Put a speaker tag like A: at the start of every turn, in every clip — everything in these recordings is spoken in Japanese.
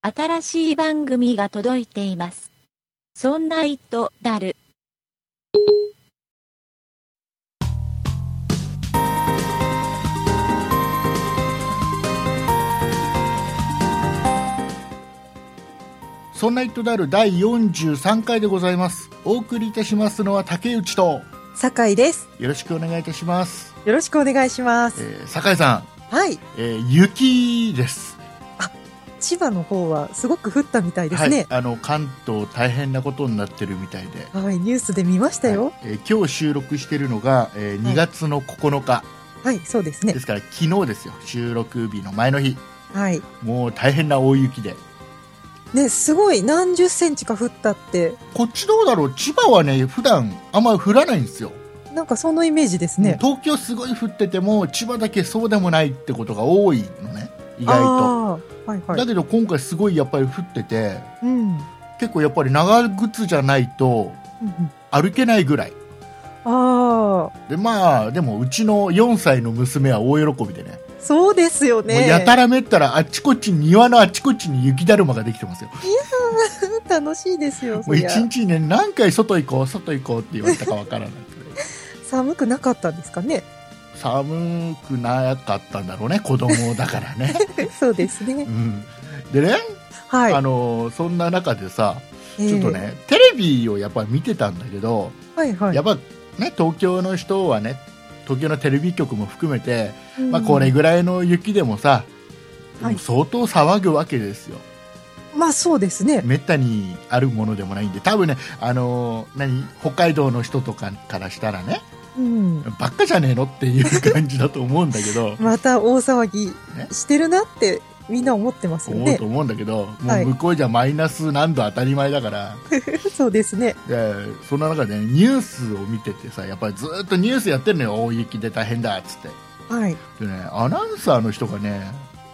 A: 新しい番組が届いています。そんな糸だる。
B: そんな糸である第43回でございます。お送りいたしますのは竹内と、
C: 酒井です。
B: よろしくお願いいたします。
C: よろしくお願いします。
B: えー、酒井さ
C: はい。
B: ん、えー雪です。
C: 千葉の方はすごく降ったみたいです
B: はい
C: ね。。
B: あの、関東大変なことになってるみたいで。
C: はい、ニュースで見ましたよ
B: は。いえー今日収録してるのが、えー
C: は
B: 2
C: い
B: 月の9日、
C: はい、そうですね
B: で。すから昨日ですよ収録日の前の日
C: はい。
B: もう大変な大雪で
C: ね、すごい何十センチか降ったって、
B: こっちどうだろう千葉はね普段あんま降らないんですよ、
C: なんかそのイメージですね。
B: 東京すごい降ってても千葉だけそうでもないってことが多いのね意外と、
C: ああ、はいは
B: だ
C: い。
B: けど今回すごいやっぱり降ってて
C: うん。うん
B: 結構やっぱり長靴じゃないと
C: うん
B: 歩けないぐらい
C: ああ、
B: でまあでもうちの4歳の娘は大喜びでね
C: そうですよ
B: もう
C: ね。
B: やたらめったらあっちこっちに庭のあっちこっちに雪だるまができてますよ
C: 楽しいですよ。
B: も
C: そうり
B: 一
C: ゃ
B: 日にね何回外行こう外行こうって言われたかわからないけど
C: 寒くなかったんですかね。
B: 寒くなかったんだろうね子供だから ね、
C: そうです
B: う
C: ね。
B: ん、でね、
C: はい。
B: あのそんな中でさ
C: ええ
B: ちょっと。ね、テレビをやっぱ見てたんだけど、
C: はいはい。
B: やっぱね東京の人はね東京のテレビ局も含めて、
C: うん
B: まあ、これ。ぐらいの雪でもさ、
C: はい
B: 相当騒ぐわけですよ
C: まあそうですね。
B: めったにあるものでもないんで多分ねあの何北海道の人とかからしたらね
C: うん。
B: ばっかじゃねえのっていう感じだと思うんだけど
C: また大騒ぎ
B: ね
C: してるなってみんな思ってますよ
B: 思う
C: ね
B: と。思うんだけども
C: は
B: う
C: い
B: 向こうじゃマイナス何度当たり前だから、
C: そうですね。
B: でそんな中で、ね、ニュースを見ててさやっぱりずっとニュースやってるのよ大雪で大変だっつって
C: はい。
B: でねアナウンサーの人がね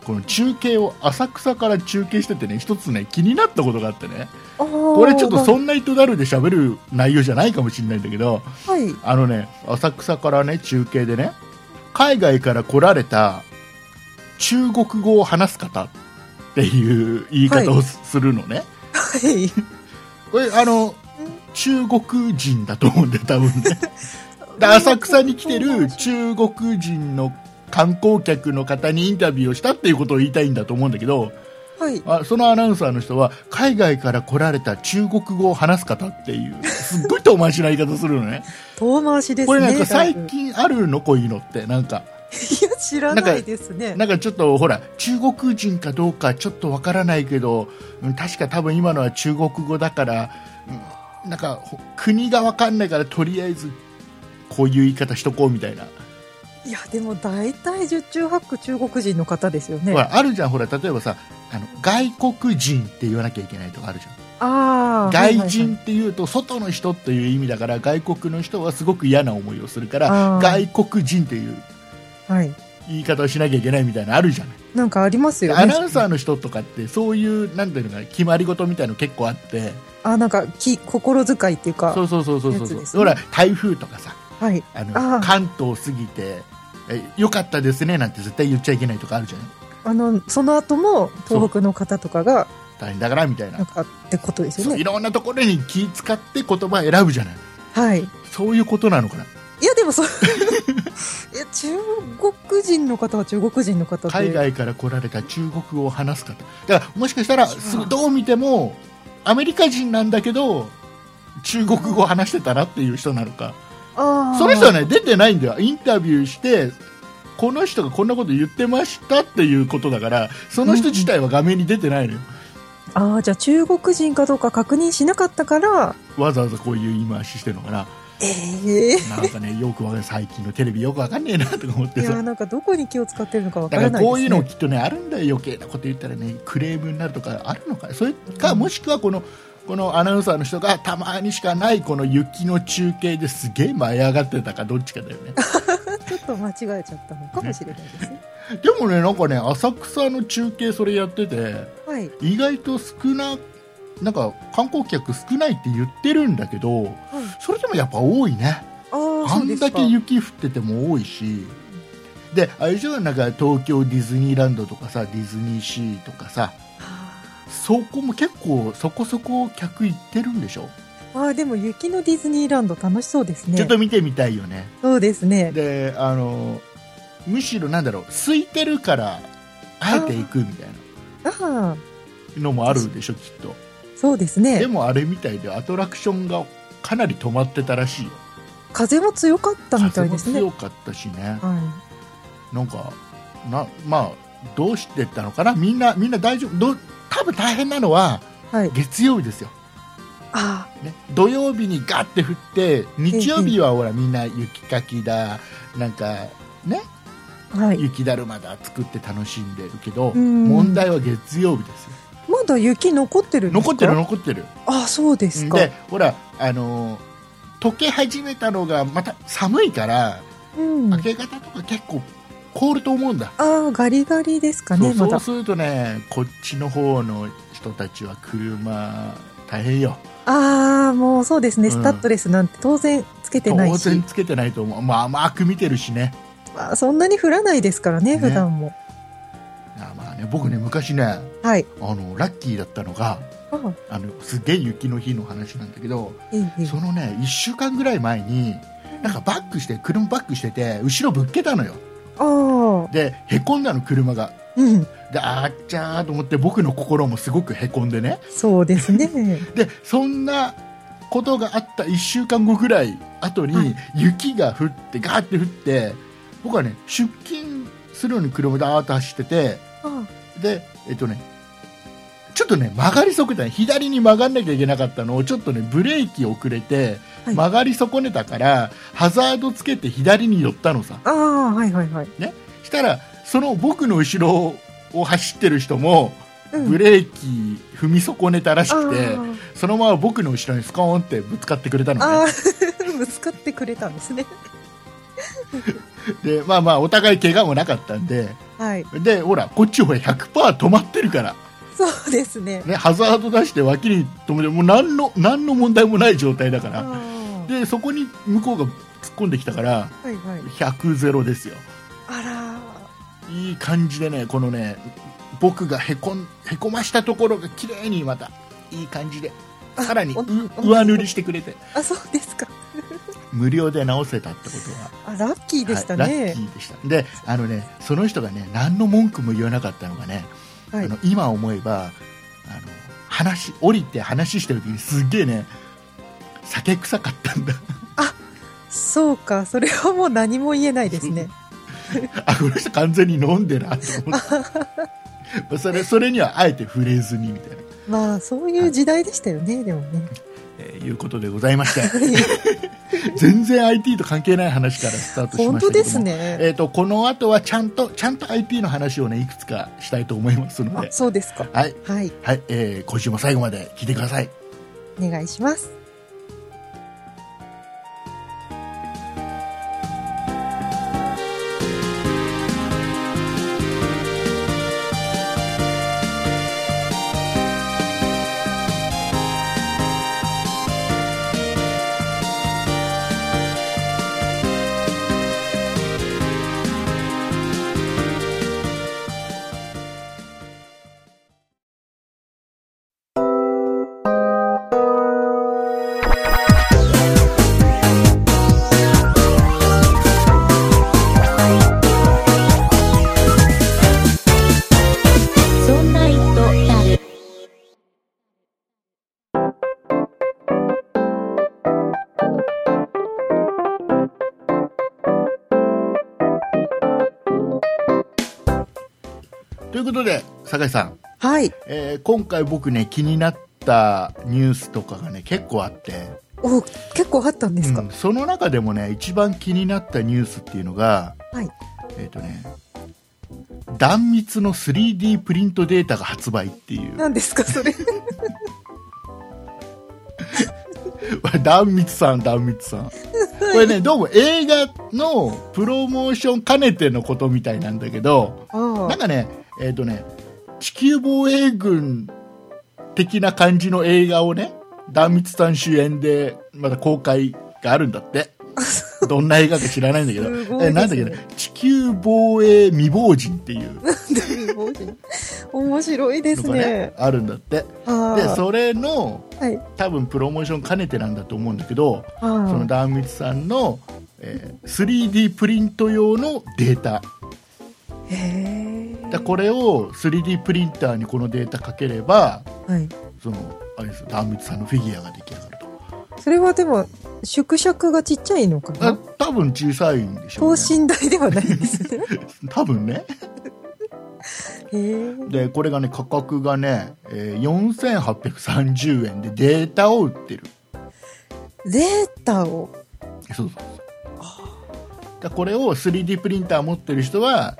B: この中継を浅草から中継しててね一つね気になったことがあってねこ
C: こ
B: れちょっとそんな人だるで喋る内容じゃないかもしれないんだけど
C: はい。
B: あのね浅草からね中継でね海外から来られた中国語を話す方っていう言い方をすするのね、
C: はい。
B: これあの中国人だと思うんで多分 ねで浅草に来てる中国人の観光客の方にインタビューをしたっていうことを言いたいんだと思うんだけど
C: はい。
B: あそのアナウンサーの人は海外から来られた中国語を話す方っていうすっごい遠回しな言い方するの ね
C: 遠回しですね。
B: これなんか最
C: だいぶ
B: 近あるのこういうのってなんか
C: いや、知らないです ね。
B: なんかちょっとほら中国人かどうかちょっとわからないけどうん確か多分今のは中国語だから、うんなんかほ国がわかんないからとりあえずこういう言い方しとこうみたいな、
C: いや、でも大体十中八九中国人の方ですよね。
B: ほ
C: あ
B: らあるじゃんほら例えばさあの外国人って言わなきゃいけないとかあるじゃん
C: あー。
B: 外
C: はいはい
B: 人
C: は
B: っていうと外の人っていう意味だから外国の人はすごく嫌な思いをするから
C: あー
B: 外国人っていう
C: い。はい。
B: 言い方をしなきゃいけないみたいなのあるじゃない
C: なんかありますよね。
B: アナウンサーの人とかってそういうなんていうのかな決まり事みたいの結構あって
C: あ、なんか、き、心遣いっていうか。
B: そうそうそうそうそう
C: やつ
B: そう、
C: ですね
B: ほら台風とかさ
C: はい。
B: あの
C: あー
B: 関東過ぎてえ「よかったですね」なんて絶対言っちゃいけないとかあるじゃない
C: あの、その後も、東北の方とかが、
B: 大変だからみたい
C: なん
B: な
C: か、ってことですよ
B: そうい
C: ね。
B: ろんなところに気使って言葉選ぶじゃない
C: はい。
B: そういうことなのかない
C: や、でもそう、 いや、中国人の方は中国人の方で。
B: 海外から来られた中国語を話す方だからもしかしたらすぐどう見てもアメリカ人なんだけど中国語を話してたなっていう人なのか
C: あー
B: その人はね出てないんだよインタビューしてこの人がこんなこと言ってましたっていうことだからその人自体は画面に出てないのよ、
C: ああ、じゃあ中国人かどうか確認しなかったから、
B: わざわざこういう言い回ししてるのかな
C: ええ
B: なんかねよくわかんない最近のテレビよくわかんねえなとか思っ
C: い
B: て
C: や、
B: さ
C: なんかどこに気を使ってるのかわか
B: だからら
C: ないです、ね。
B: こういうのきっとねあるんだよ余計なこと言ったらねクレームになるとかあるのかそれかもしくはこのこのアナウンサーの人がたまにしかないこの雪の中継ですげえ舞い上がってたかどっちかだよ ね
C: ちょっと間違えちゃったのかもしれないですね。
B: でもねなんかね浅草の中継それやってて
C: はい、
B: 意外と少ななんか観光客少ないって言ってるんだけど
C: はい。
B: それでもやっぱ多いね
C: ああ、
B: あ
C: そうんです
B: だ
C: か
B: け。雪降ってても多いしであれじゃなんか東京ディズニーランドとかさディズニーシーとかさ
C: あ
B: そこも結構そこそこ客行ってるんでしょ、
C: ああ、でも雪のディズニーランド楽しそうですね。
B: ちょっと見てみたいよね
C: そうですね。
B: であのむしろなんだろう空いてるからあえて行くみたい
C: ああ、
B: なのもあるでしょきっと
C: そうです
B: で
C: ね。
B: もあれみたいでアトラクションがかなり止まってたらしいよ
C: 風も強かったみたいですね。
B: 風
C: は
B: も強かったしね
C: い。
B: なんかなまあどうしてったのかなみんなみんな大丈夫どう多分大変なのは
C: はい。
B: 月曜日ですよ、
C: あ
B: ね、土曜日にガッて降って日曜日はほらみんな雪かきだなんかね
C: あ、はい。
B: 雪だるまだ作って楽しんでるけど
C: うん
B: 問題は月曜日ですよ
C: まだ雪残ってるんですか
B: 残ってる残ってる
C: ああ、そうですか。
B: でほらあのー溶け始めたのがまた寒いから
C: うん。
B: 明
C: あ
B: け方とか結構凍ると思うんだ
C: あ、ガリガリですかね、
B: そ
C: ま
B: うそう
C: だ。
B: するとねこっちの方の人たちは車大変よ
C: ああ、もうそうですね。
B: うん
C: スタッドレスなんて当然つけてな
B: 当
C: いし
B: 然。つけてないと思う、まあ、甘く見てるしね
C: まあ、そんなに降らないですからね、
B: ね
C: 普段も。
B: あまあね僕ね昔ねあ
C: はい。
B: のラッキーだったのが
C: ああ、
B: あのすげえ雪の日の話なんだけど
C: いい、いい
B: そ。のね1週間ぐらい前になんかバックして車バックしてて後ろぶっけたのよ
C: ああ、
B: でへこんだの車が
C: うん。
B: であっちゃーと思って僕の心もすごくへこんでね
C: そうで すね。
B: でそんなことがあった1週間後ぐらい後に、
C: はい
B: 雪が降ってガーって降って僕はね出勤するのに車であーっと走ってて
C: あ
B: でえっとねちょっとね曲がり損ねたね左に曲がんなきゃいけなかったのをちょっとねブレーキ遅れて、
C: はい
B: 曲がり損ねたからハザードつけて左に寄ったのさ
C: あ、ああはいはいはい。
B: したらその僕の後ろを走ってる人も
C: うん、
B: ブレーキ踏み損ねたらし
C: あ
B: くて、そのまま僕の後ろにスコーンってぶつかってくれた
C: ああ
B: の
C: あ
B: ね
C: あ ぶつかってくれたんですね。
B: でまあまあお互い怪我もなかったんで
C: はい。
B: でほらこっちほら100%止まってるから、
C: そうですね。
B: ね、ハザード出して脇に止めてもう何の何の問題もない状態だか
C: あ
B: ら
C: あ
B: でそこに向こうが突っ込んできたから
C: はいはい。
B: 100ゼロですよ
C: あ
B: いい感じでねこのね僕がへこんへこましたところが綺麗にまたいい感じで
C: あ
B: さらにう
C: お
B: 上塗りしてくれて
C: ら、あ、そうですか。
B: 無料で直せたってことは
C: あ、ラッキーでした
B: はいラッ
C: ね
B: キ。ーでしたであのねその人がね何の文句も言わなかったのがね、
C: はい。
B: あの今思えばあの話降りて話してる時にすっげえね酒臭かったんだ
C: そうか、それはもう何も言えないで すね。
B: あこの人完全に飲んでなと思ってま あそれそれにはあえて触れずにみたいな、
C: まあ、そういう時代でしたよね、でもね。
B: えーいうことでございまして
C: はい
B: 全然 IT と関係ない話からスタートし
C: 本
B: ました
C: 当
B: けども
C: ですね。
B: えー、とこの後はちゃんとちゃんと IT の話を、ね、いくつかしたいと思いますの
C: あ
B: で、
C: そうですか。
B: はい
C: はい。
B: はいえー今週も最後まで聞いてください。
C: お願いします。
A: そんな糸だる。
B: ということで酒井さん、
C: はい。
B: えー今回僕ね気になったニュースとかがね結構あって、
C: お、結構あったんですか。
B: うんその中でもね一番気になったニュースっていうのが
C: はい。
B: えっ、とね断密の 3D プリントデータが発売っていう
C: 何ですか、 それ。
B: 断密さん断密さんこれねどうも映画のプロモーション兼ねてのことみたいなんだけど
C: あ
B: なんかねえっ、とね地球防衛軍的な感じの 映画をね壇蜜さん主演でまた公開があるんだって
C: あ。
B: どんな映画か知らないんだけど、
C: すごい
B: えなんだっけ
C: で
B: ね、地球防衛未亡人っていうの
C: すごい面白いです
B: がね
C: ね。
B: あるんだってで
C: は
B: それの
C: い。はい。
B: 多分プロモーション兼ねてなんだと思うんだけどその
C: は
B: ダーミツさんの、えー 3D プリント用のデータ
C: い。へえ。
B: だこれを 3D プリンターにこのデータかければ
C: はい。
B: そのあれですよダーミツさんのフィギュアが出来上がると
C: それはでも、縮尺がちっちゃいのか
B: あ
C: な
B: 多分小さいんでしょ
C: 等
B: う、ね、
C: 身大ではないんですね。
B: 多分ね
C: へえ。
B: でこれがね価格がね、えー4830円でデータを売ってる
C: データを。
B: そうそうそうだこれを 3D プリンター持ってる人は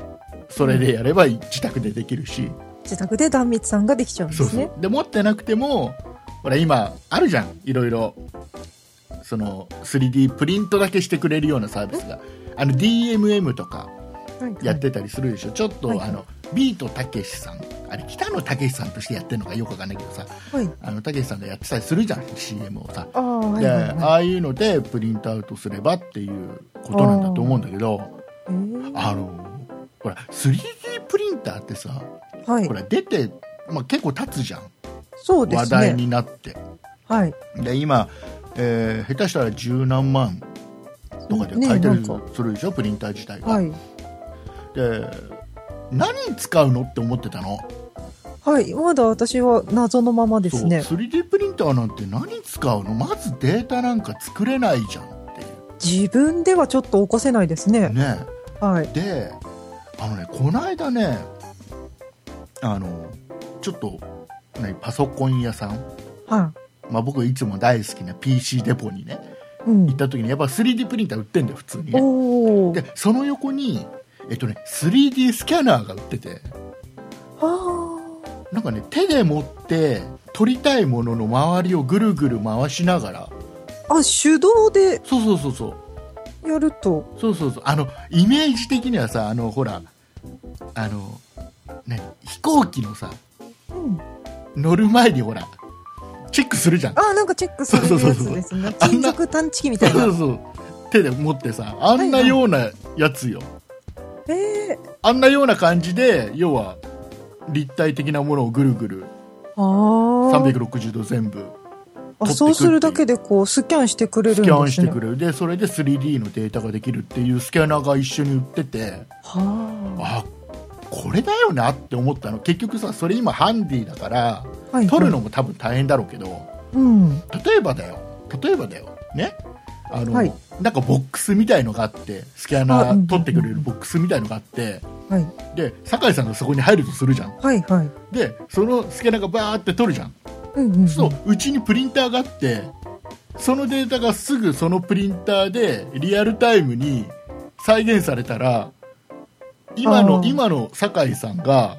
B: それでやれば自宅でできるし、
C: 自宅で壇蜜さんができちゃうんで
B: そう
C: す
B: そ
C: ね
B: う。で持ってなくてもほら今あるじゃんいろいろその 3D プリントだけしてくれるようなサービスがあの DMM とか
C: はいはい
B: やってたりするでしょ、ちょっと、
C: はいはい
B: あのビートたけしさんあれ北野たけしさんとしてやってるのかよくわかんないけどさ
C: はい。
B: あのたけしさんがやってたりするじゃん CM をさ
C: ああ、はい
B: で、
C: はい
B: あ
C: は
B: あいうのでプリントアウトすればっていうことなんだと思うんだけど
C: い。へ
B: あのほら 3D プリンターってさ
C: えはい
B: ほ。ら出て、まあ、結構経つじゃん、
C: そうで
B: 話
C: す
B: 題
C: ね。
B: になって
C: はい。
B: で今、えー下手したら十何万とかで
C: ね
B: 買えたり
C: なんか
B: するでしょ、プリンター自体が、
C: はい。
B: で何に使うのって思ってたの
C: はい。まだ私は謎のままですね。
B: そう 3D プリンターなんて何に使うのまずデータなんか作れないじゃんってい
C: 自分ではちょっと起こせないですね
B: う。ね
C: はい。
B: であのねこの間ねあのちょっと何パソコン屋さん、
C: は
B: まあ、僕いつも大好きな PC デポにね
C: い。う
B: 行っ
C: ん。
B: た時にやっぱ 3D プリンター売ってんだよ普通にね
C: おお。
B: でその横にえっとね 3D スキャナーが売ってて
C: はあ。
B: なんかね手で持って撮りたいものの周りをぐるぐる回しながら
C: あ、手動で
B: そうそうそうそう
C: やると。
B: そうそうそうあのイメージ的にはさあのほらあの何飛行機のさ
C: うん。
B: 乗る前にほらチェックするじゃん
C: あ、なんかチェックするやつですね。
B: そうそうそうそう
C: 金属探知機みたい
B: そ
C: な
B: う。そう手で持ってさあんなようなやつよ、
C: ええ
B: あんなような感じで要は立体的なものをぐるぐる
C: ああ。
B: 360度全部撮
C: あ、
B: ってくっていう
C: そうするだけでこう、スキャンしてくれる
B: ス
C: んですね。
B: キャンしてくれるでそれで 3D のデータができるっていうスキャナーが一緒に売ってて
C: は
B: あこれだよなって思ったの結局さそれ今ハンディだから
C: あ。はい。
B: 撮るのも多分大変だろうけど、
C: うん。
B: 例えばだよ例えばだよねあの、
C: はい
B: なんかボックスみたいのがあってスキャナ
C: あうん
B: ー取ってくれるボックスみたいのがあって
C: はい。
B: で酒井さんがそこに入るとするじゃん
C: はいはい。
B: でそのスキャナーがバーって取るじゃん
C: うんうん、うん。
B: そううちにプリンターがあってそのデータがすぐそのプリンターでリアルタイムに再現されたら今
C: あ
B: の
C: ー
B: 今の酒井さんが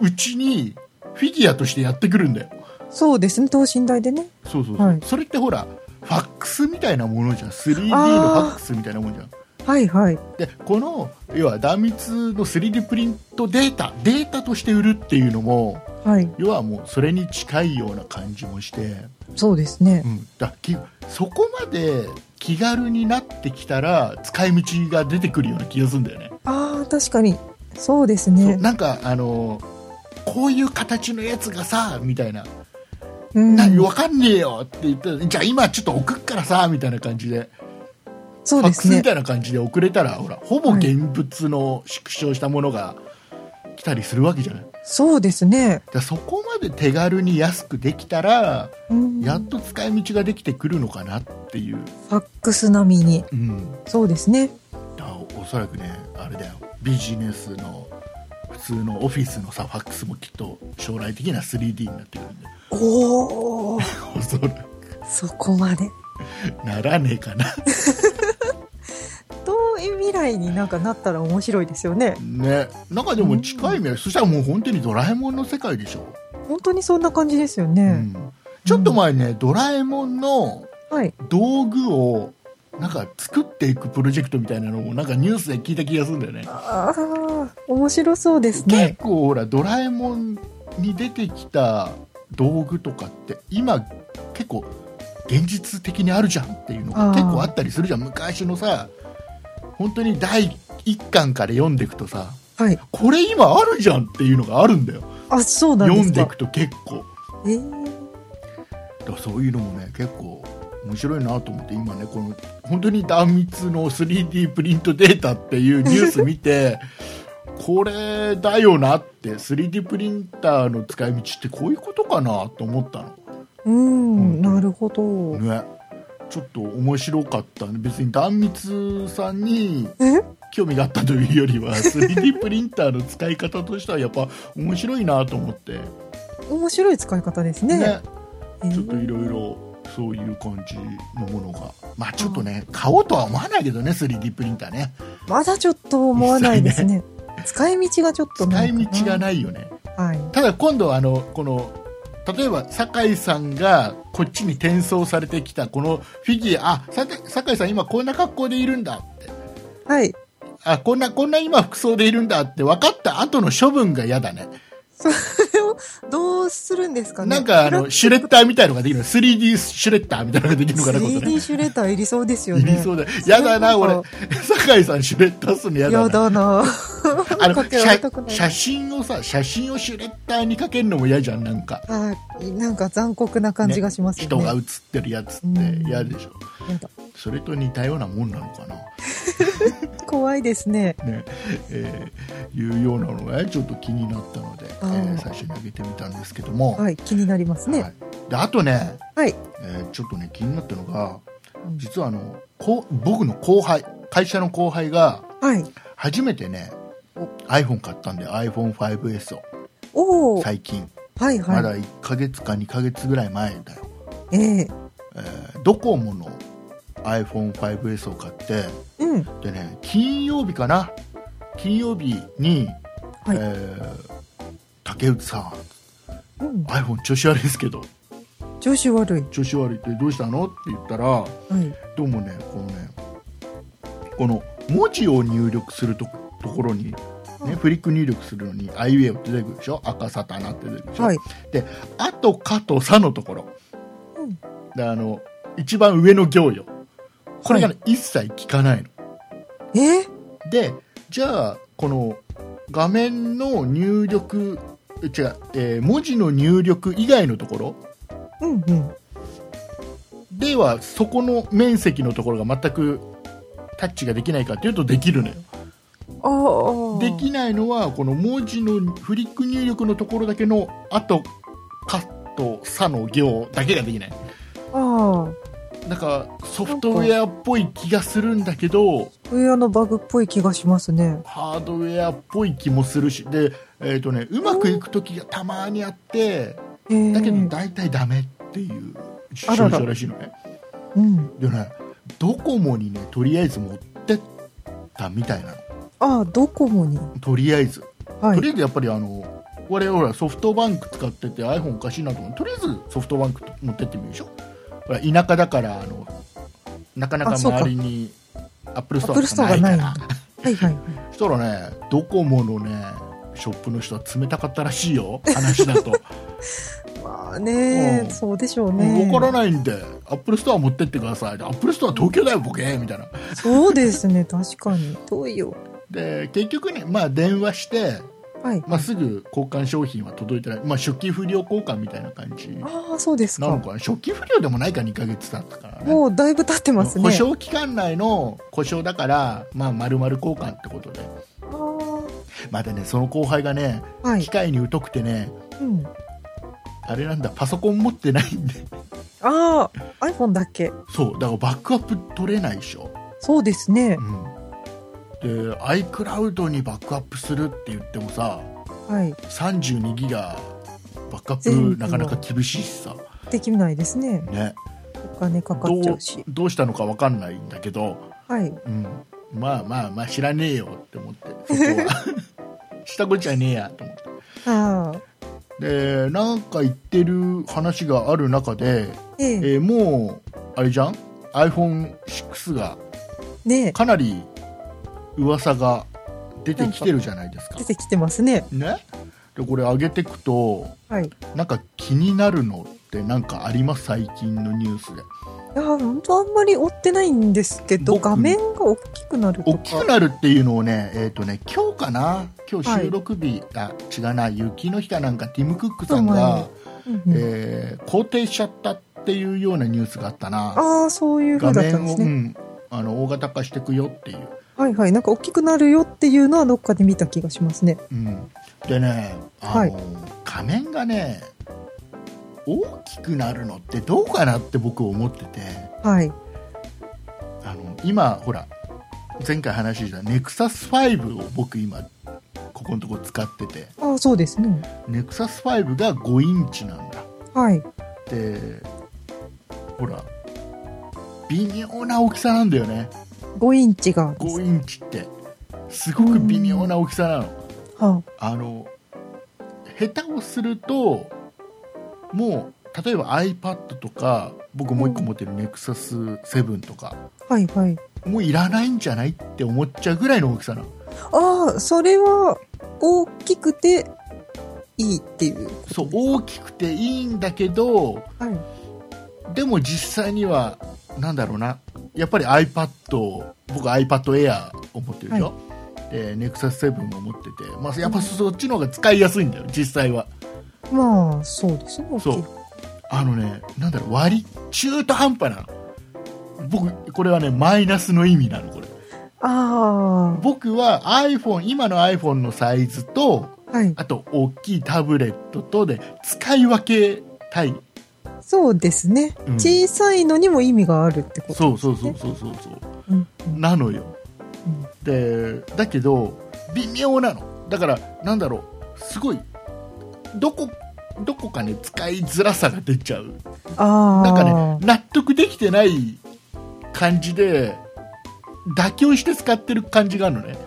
B: うちにフィギュアとしてやってくるんだよ
C: そうですね、等身大でね。
B: そうそうそう、
C: はい
B: それってほらファックスみたいなものじゃん 3D のフ
C: あー
B: ァックスみたいなもんじゃん
C: はいはい。
B: でこの要は断密の 3D プリントデータデータとして売るっていうのも
C: はい。
B: 要はもうそれに近いような感じもして、
C: そうですね
B: う。ん、だきそこまで気軽になってきたら使い道が出てくるような気がするんだよね
C: ああ、確かに。そうです
B: そう
C: ね。
B: なんかあのこういう形のやつがさみたいな
C: うん
B: 何わかんねえよって言ったらじゃあ今ちょっと送っからさみたいな感じで
C: そう
B: ファ
C: で
B: ックス
C: す
B: み
C: ね。
B: たいな感じで送れたらほらほぼ現物の縮小したものが来たりするわけじゃない、だか
C: そうですね。
B: らそこまで手軽に安くできたら
C: うん
B: やっと使い道ができてくるのかなっていう、
C: ファックス並みに。
B: うん、
C: そうですね。
B: だからおそらくねあれだよビジネスの普通のオフィスのさファックスもきっと将来的には 3D になってくるんだよ
C: おお、
B: おそらく
C: そこまで。
B: ならねえかな
C: 遠い未来になんかなったら面白いですよね。
B: ねなんかでも近い未来そしたらもう本当にドラえもんの世界でしょ
C: 本当にそんな感じですよ
B: う
C: ね。
B: んちょっと前ね、ドラえもんの
C: はい。
B: 道具をなんか作っていくプロジェクトみたいなのもなんかニュースで聞いた気がするんだよね
C: ああ、面白そうです
B: 結
C: ね。
B: 構ほらドラえもんに出てきた道具とかって今結構現実的にあるじゃんっていうのが
C: あー
B: 結構あったりするじゃん昔のさ本当に第1巻から読んでいくとさ
C: はい。
B: これ今あるじゃんっていうのがあるんだよ
C: あ、そうなんで
B: 読ん
C: す
B: でい
C: か
B: く。と結構
C: えー
B: だからそういうのもね結構面白いなと思って今ねこの本当に断密の 3D プリントデータっていうニュース見て これだよなって 3D プリンターの使い道ってこういうことかなと思った
C: うーん、なるほど
B: の。ねちょっと面白かったね別に断密さんに
C: え
B: 興味があったというよりは 3D プリンターの使い方としてはやっぱ面白いなと思って
C: 面白い使い方ですね。
B: ね
C: えー
B: ちょっといろいろそういう感じのものが、まあちょっとね、買おうとは思わないけどね、3D プリンターね、
C: まだちょっと思わないですね。 使い道がちょっ
B: 使
C: とないいかな。
B: 道がないよね、
C: はい。
B: ただ今度はあの、この例えば酒井さんがこっちに転送されてきたこのフィギュア、あさて酒井さん、今こんな格好でいるんだって、
C: はい。
B: あこんなこんな今、服装でいるんだって分かった後の処分が嫌だね、
C: それをどうするんですかね。
B: なんかあ のシュレッダーみたいのができるの、3D シュレッダーみたいなのができるのかな、今度ね
C: 3D シュレッダーいりそうです よ
B: い
C: ね。
B: りそうだ、嫌だな、俺
C: なん、
B: 酒井さん、シュレッダーするの嫌だ
C: や
B: な。
C: だな。
B: あの
C: かけられたくない
B: 写写真をさ写真をシュレッダーにかけるのも嫌じゃんなんか、
C: はい。なんか残酷な感じがしますよ
B: 人
C: ね。
B: が写ってるやつって
C: うん
B: 嫌でしょ、
C: なんか
B: それと似たようなもんなのかな、
C: 怖いですね。
B: ね えーいうようなのがちょっと気になったので、え
C: あー
B: ー最初に挙げてみたんですけども、
C: はい。気になります
B: は
C: ね。
B: いであとね、
C: はい。
B: えーちょっとね気になったのが
C: うん
B: 実はあのこう僕の後輩会社の後輩が
C: はい。
B: 初めてね
C: お
B: iPhone 買ったんで iPhone5S を
C: おお。はい
B: 最近
C: はい。
B: まだ1ヶ月か2ヶ月ぐらい前だよ
C: ええ
B: えードコモの iPhone5S を買って
C: うん。
B: でね金曜日かな金曜日に、
C: はい
B: えー竹内さ
C: うん
B: ん。iPhone 調子悪いですけど
C: 調子悪い。
B: 調子悪いってどうしたのって言ったらど
C: はい。
B: うもねこのねこの文字を入力するとところに、ね
C: うん
B: フリック入力するのに「あいうえお」って出てくるでしょ「赤さたな」って出てくるでしょ、
C: はい。
B: で「あ」と「か」と「さ」のところ
C: うん。
B: であの一番上の行よこれが、ね一切聞かないの
C: え
B: でじゃあこの画面の入力違う、えー文字の入力以外のところ
C: うんうん。
B: ではそこの面積のところが全くタッチができないかっていうとできるのよ
C: ああ。
B: できないのはこの文字のフリック入力のところだけのあと「か」と「さ」の行だけができない
C: ああ。
B: なんかソフトウェアっぽい気がするんだけど
C: ウェアのバグっぽい気がしますね。
B: ハードウェアっぽい気もするしで、えーとね、うまくいく時がたまにあって
C: ええ
B: だけど大体ダメっていう
C: あ
B: 症
C: らら
B: 状らしいのね
C: うん。
B: でねドコモにねとりあえず持ってったみたいなの
C: ああ、ドコモに。
B: とりあえず、
C: は
B: とり
C: い。
B: あえずやっぱりあの我々ほらソフトバンク使ってて iPhone おかしいなと思ってとりあえずソフトバンク持ってってみるでしょほら田舎だからあのなかなか
C: あそうか
B: 周りにアップルス
C: ア
B: ト
C: ッ
B: ア
C: プルストア
B: がな
C: が
B: いか
C: ないん
B: ら
C: だ。はいはい。
B: そしたらねドコモのねショップの人は冷たかったらしいよ話だ と
C: まあね、
B: うん
C: そうでしょうね。
B: 分からないんで、アップルストア持ってってください、でアップルストア東京だよ、ボケーみたいな。
C: そうですね、確かに。遠いよ。
B: で、結局ね、まあ、電話して、
C: はい。
B: まあ、すぐ交換商品は届いてない、まあ、初期不良交換みたいな感じな
C: ああ、そうです
B: の
C: か。
B: かな、初期不良でもないか、2ヶ月経ったからね。
C: もうだいぶ経ってますね。
B: 保証期間内の故障だから、まあ、丸々交換ってことで、
C: あ
B: またね、その後輩がね、
C: あは
B: 機
C: い。
B: 械に疎くてね、
C: うん。
B: あれなんだ、パソコン持ってないんで、
C: ああ、iPhone だっけ。
B: そう、だからバックアップ取れないでしょ。
C: そうですね。
B: うん、で iCloud にバックアップするって言ってもさ
C: はい。
B: 32ギガバックア
C: 全
B: ップ
C: 部
B: なかなか厳しいしさ、
C: できないですね。
B: ね、
C: お金かか
B: ど
C: っ
B: う
C: ちゃうし。
B: どうしたのか分かんないんだけど、
C: はい。
B: うん、まあまあまあ知らねえよって思ってそこ はしたことじゃねえやと思って
C: ああ。
B: でなんか言ってる話がある中で、
C: ええ
B: えーもうあれじゃん iPhone6 が
C: ねえ
B: かなり噂が出てきてるじゃないですか
C: 出てきてますね。
B: ねでこれ上げてくと
C: はい。
B: なんか気になるのってなんかあります最近のニュースで
C: いや本当あんまり追ってないんですけど
B: 僕
C: 画面が大きくなると
B: 大きく
C: か
B: なるっていうのをね,、えー、とね今日かな今日収録日、あ違うな雪の日かなんかティム・クックさんが、
C: うんうん
B: えー肯定しちゃったっていうようなニュースがあったな
C: ああそういう風
B: 画
C: だった
B: 面
C: んで
B: を、
C: す
B: う
C: ね、
B: ん、あの大型化していくよっていう、
C: はいはいなんか大きくなるよっていうのはどっかで見た気がしますね
B: うん、でねあの、
C: はい
B: 画面がね大きくなるのってどうかなって僕思ってて
C: はい
B: あの今ほら前回話したネクサス5を僕今ここのとこ使ってて
C: ああそうですね
B: ネクサス5が5インチなんだ
C: はい
B: でほら微妙な大きさなんだよね
C: 5インチが
B: 5インチってすごく微妙な大きさなの
C: は
B: あの下手をするともう例えば iPad とか僕もう一個持ってる NEXUS7 とか
C: あはいはい
B: もういらないんじゃないって思っちゃうぐらいの大きさなの
C: ああそれは大きくていいっていう
B: そう大きくていいんだけど
C: はい
B: でも実際にはなんだろうなやっぱり iPad を僕 iPadAir を持ってるでしょ、で NEXUS7 も持ってて、まあ、やっぱそっちの方が使いやすいんだよ実際は
C: まあそうですね大きい
B: そうあのねなんだろう割り中途半端なの僕これはねマイナスの意味なのこれ
C: あ
B: 僕は iPhone 今の iPhone のサイズと
C: あはい
B: あと大きいタブレットとで使い分けたい
C: そうですね、
B: うん
C: 小さいのにも意味があるってことですね
B: そうそうそうそうそうそう
C: うん
B: なのよ、でだけど微妙なのだからなんだろうすごいどこどこかね使いづらさが出ちゃう
C: ああ
B: なんかね納得できてない感じで妥協して使ってる感じがあるのね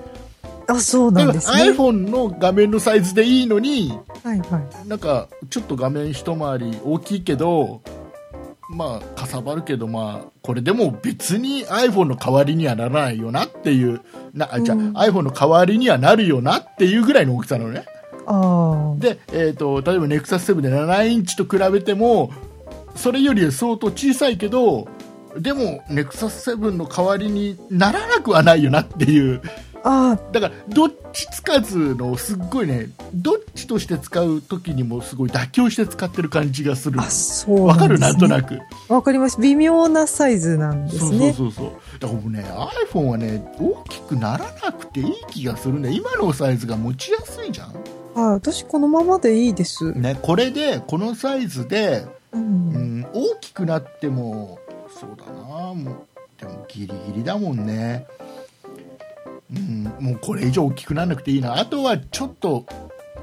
C: あそう
B: だか
C: なん
B: ら
C: ですね
B: iPhone の画面のサイズでいいのに
C: はいはい
B: なんかちょっと画面一回り大きいけどまあかさばるけどまあこれでも別に iPhone の代わりにはならないよなっていうなあじゃあ、
C: うん
B: iPhone の代わりにはなるよなっていうぐらいの大きさなのね
C: あ
B: で、えー、と例えば NEXUS7 で7インチと比べてもそれより相当小さいけどでも NEXUS7 の代わりにならなくはないよなっていう
C: あああ
B: だからどっちつかずのすっごいねどっちとして使う時にもすごい妥協して使ってる感じがする
C: あそう
B: わかる
C: で
B: な
C: す
B: んと
C: ね
B: なく
C: わかります微妙なサイズなんで
B: そう
C: す
B: そう
C: ね
B: そうそうだから僕ね iPhone はね大きくならなくていい気がするんで今のサイズが持ちやすいじゃん、
C: ああ私このままでいいです、
B: ね、これでこのサイズで、
C: うん
B: うん、大きくなってもそうだなもうでもギリギリだもんねうんもうこれ以上大きくならなくていいなあとはちょっと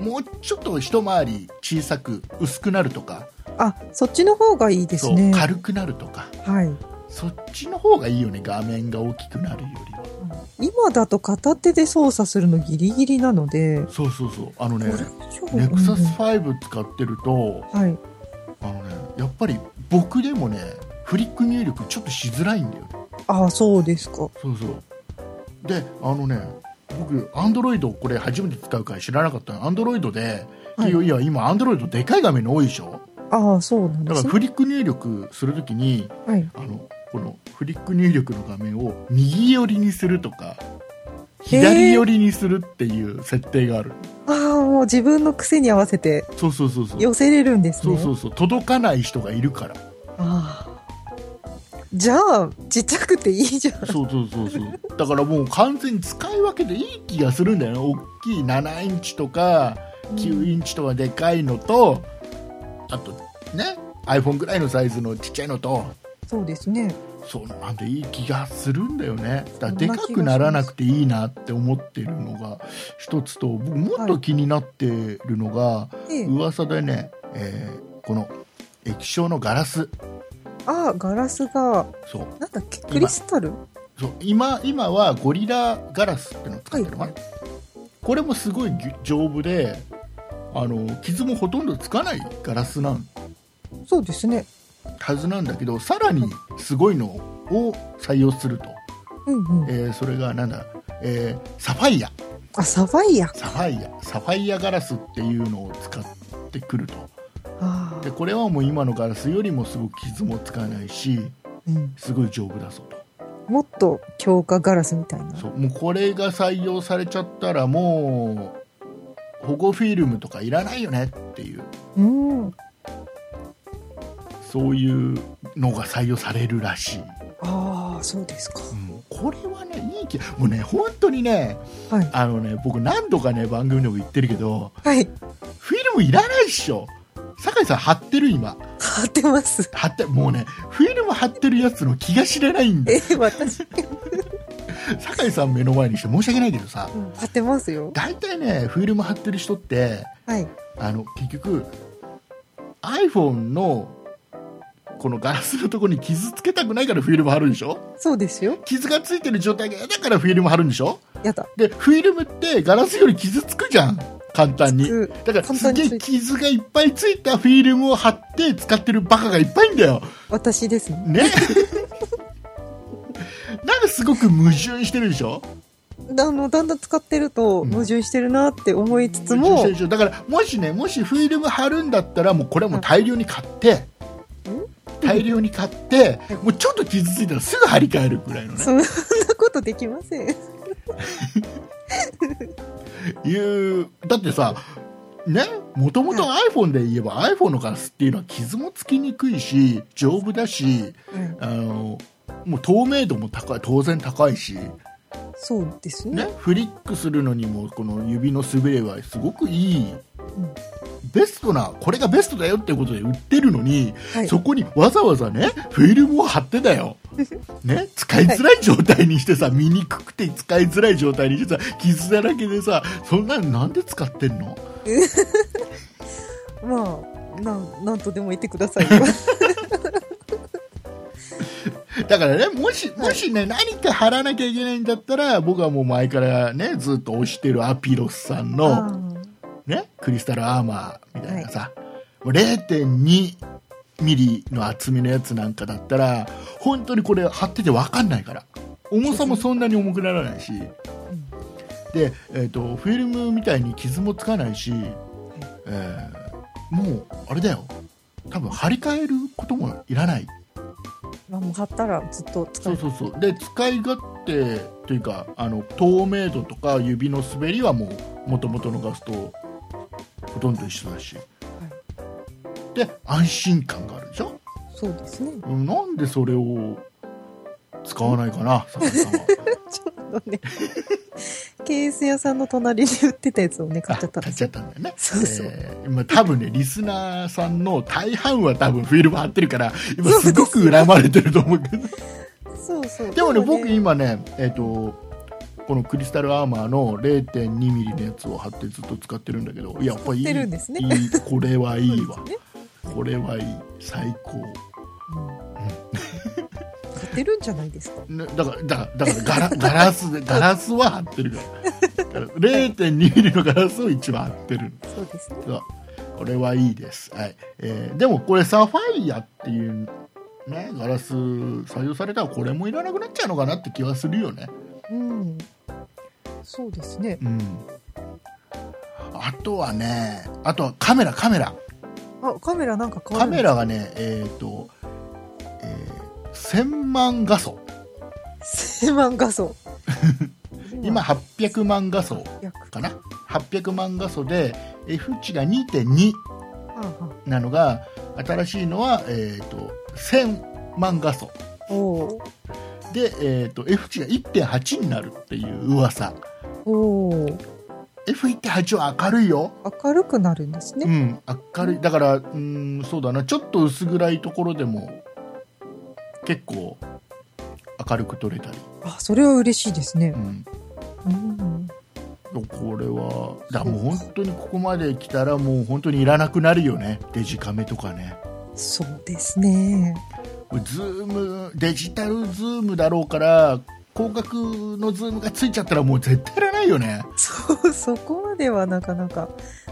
B: もうちょっと一回り小さく薄くなるとか、
C: あそっちの方がいいです
B: そう
C: ね
B: 軽くなるとか
C: はい
B: そっちの方がいいよね画面が大きくなるよりは
C: 今だと片手で操作するのギリギリなので、
B: そうそうそうあのね
C: これ以上
B: ネクサス
C: うん
B: 5使ってると
C: はい
B: あのねやっぱり僕でもねフリック入力ちょっとしづらいんだよね
C: ああそうですか
B: そうそうであのね僕アンドロイドこれ初めて使うから知らなかったのアンドロイドで、
C: はい
B: いやいや今アンドロイドでかい画面の多いでしょ
C: ああそうな
B: だ
C: んで
B: から
C: すね
B: フリック入力するときに
C: はい
B: あのこのフリック入力の画面を右寄りにするとか
C: へー
B: 左寄りにするっていう設定がある
C: ああもう自分の癖に合わせて
B: そうそうそうそう
C: 寄せれるんです
B: そ
C: ね
B: うそうそう届かない人がいるから
C: ああじゃあちっちゃくていいじゃん
B: そうそうそうそうだからもう完全に使い分けていい気がするんだよね大きい7インチとか9インチとかでかいのとあとね iPhone ぐらいのサイズのちっちゃいのと
C: そうですね
B: そうなんでいい気がするんだよねだから
C: そんな
B: で
C: 気が
B: かくならなくていいなって思ってるのが一つと僕もっと気になってるのが、
C: ええ
B: 噂でね、えーこの液晶のガラス
C: ああガラスが
B: そう
C: なんだっけクリスタル
B: そう今今はゴリラガラスってのを使ってるのかな、
C: は
B: これもすごいぎゅ丈夫であの傷もほとんどつかないガラスなん
C: そうですね
B: はずなんだけどさらにすごいのを採用すると、
C: うんうん
B: えーそれがなんだ、えーサファイア
C: あサファイア
B: サファイアサファイアガラスっていうのを使ってくると
C: あ
B: でこれはもう今のガラスよりもすごく傷もつかないし
C: ーうん、
B: すごい丈夫だそうと
C: もっと強化ガラスみたいな
B: そうもうこれが採用されちゃったらもう保護フィルムとかいらないよねっていう
C: うん
B: そういうのが採用されるらしい、
C: ああそうですか
B: うん、これはねいい気もうね本当にね
C: はい
B: あのね僕何度かね番組でも言ってるけど
C: はい
B: フィルムいらないっしょ酒井さん貼ってる今
C: 貼ってます
B: 貼ってもうねフィルム貼ってるやつの気が知れないんだ
C: え
B: よ
C: 私、
B: 酒井さん目の前にして申し訳ないけどさ
C: うん、貼ってますよ
B: 大体ねフィルム貼ってる人って
C: はい
B: あの結局 iPhone のこのガラスのとこに傷つけたくないからフィルム貼るんでしょ
C: そうですよ
B: 傷がついてる状態が嫌だからフィルム貼るんでしょ
C: やだ
B: でフィルムってガラスより傷つくじゃん簡単に
C: つく
B: だから
C: 簡
B: す
C: 単に
B: げ
C: つい
B: え傷がいっぱいついたフィルムを貼って使ってるバカがいっぱいいんだよ
C: 私ですね
B: ねなんかすごく矛盾してるでしょ
C: あのだんだん使ってると
B: うん
C: 矛盾してるなって思いつつ
B: 矛盾して
C: も、
B: るでしょだからもしねもしフィルム貼るんだったらもうこれはもう大量に買って大量に買ってもうちょっと傷ついたらすぐ張り替えるぐらいのね
C: そんなことできません
B: いうだってさねもともと iPhone で言えば iPhone のガラスっていうのは傷もつきにくいし丈夫だしあのもう透明度も高い当然高いし、
C: そうですね
B: ね、フリックするのにもこの指の滑りはすごくいい、
C: ん
B: ベストなこれがベストだよってことで売ってるのに、
C: はい
B: そこにわざわざねフィルムを貼ってだ よ、ね、使いづらい状態にしてさ見にくくて使いづらい状態にしてさ傷だらけでさそんなのなんで使ってんの
C: まあなんなんとでも言ってくださいよ
B: だからねもしもしね、何か貼らなきゃいけないんだったら僕はもう前からねずっと推してるアピロスさんの。
C: あー
B: ね、クリスタルアーマーみたいなさ、もう0.2ミリの厚みのやつなんかだったら本当にこれ貼ってて分かんないから重さもそんなに重くならないし、で、えー、とフィルムみたいに傷もつかないし、えーもうあれだよ多分張り替えることもいらない
C: まあ、もう貼ったらずっと使
B: そううそうそうで使い勝手というかあの透明度とか指の滑りはもう元々のガスとほとんど一緒だし、で安心感があるでしょ
C: そうですね
B: うんなんでそれを使わないかな坂井さんは
C: ちょっとね ケース屋さんの隣に売ってたやつをね 買っちゃった
B: あ買
C: んで
B: っ
C: す
B: ちゃ
C: よ
B: ったんだよね
C: そうそう
B: えー今多分ねリスナーさんの大半は多分フィルム貼ってるから今すごく恨まれてると思うけど
C: そうそう
B: でもね、僕今ね、えっ、と、このクリスタルアーマーの0.2ミリのやつを貼ってずっと使ってるんだけど、やっぱいい。
C: 使ってるんですね
B: いいこれはいいわ
C: そう。です
B: これはいい。最高。
C: ね買ってるんじゃないですか
B: ねだから、だから、だからガラ、 ガラスで、ガラスは貼ってるから。0.2ミリのガラスを一番貼ってる。
C: そうですね
B: そうこれはいいです。はい。えーでもこれサファイアっていう、ね、ガラス採用されたらこれもいらなくなっちゃうのかなって気はするよね。
C: うんそうですね
B: うん、あとはねあとはカメラカメラ
C: あカメラなんか変
B: カ
C: わる
B: メラ がねえっ、と、えー1000万画素
C: 1000万画素
B: 今800万画素
C: 約
B: かな800万画素で F 値が2.2
C: あ
B: なのが新しいのは、えー、と1000万画素
C: あおー
B: で、えー、と F 値が1.8になるっていう噂
C: おー
B: F1.8 は明るいよ
C: 明るくなるんです
B: う
C: ね、
B: ん、明るいだからうんそうだなちょっと薄暗いところでも結構明るく撮れたり、
C: あそれは嬉しいですね
B: う、ん、
C: うん、
B: これはだからもう本当にここまで来たらもう本当にいらなくなるよねデジカメとかね
C: そうですね
B: ズームデジタルズームだろうから広角のズームがついちゃったらもう絶対いらないよね
C: そうそこまではなかなか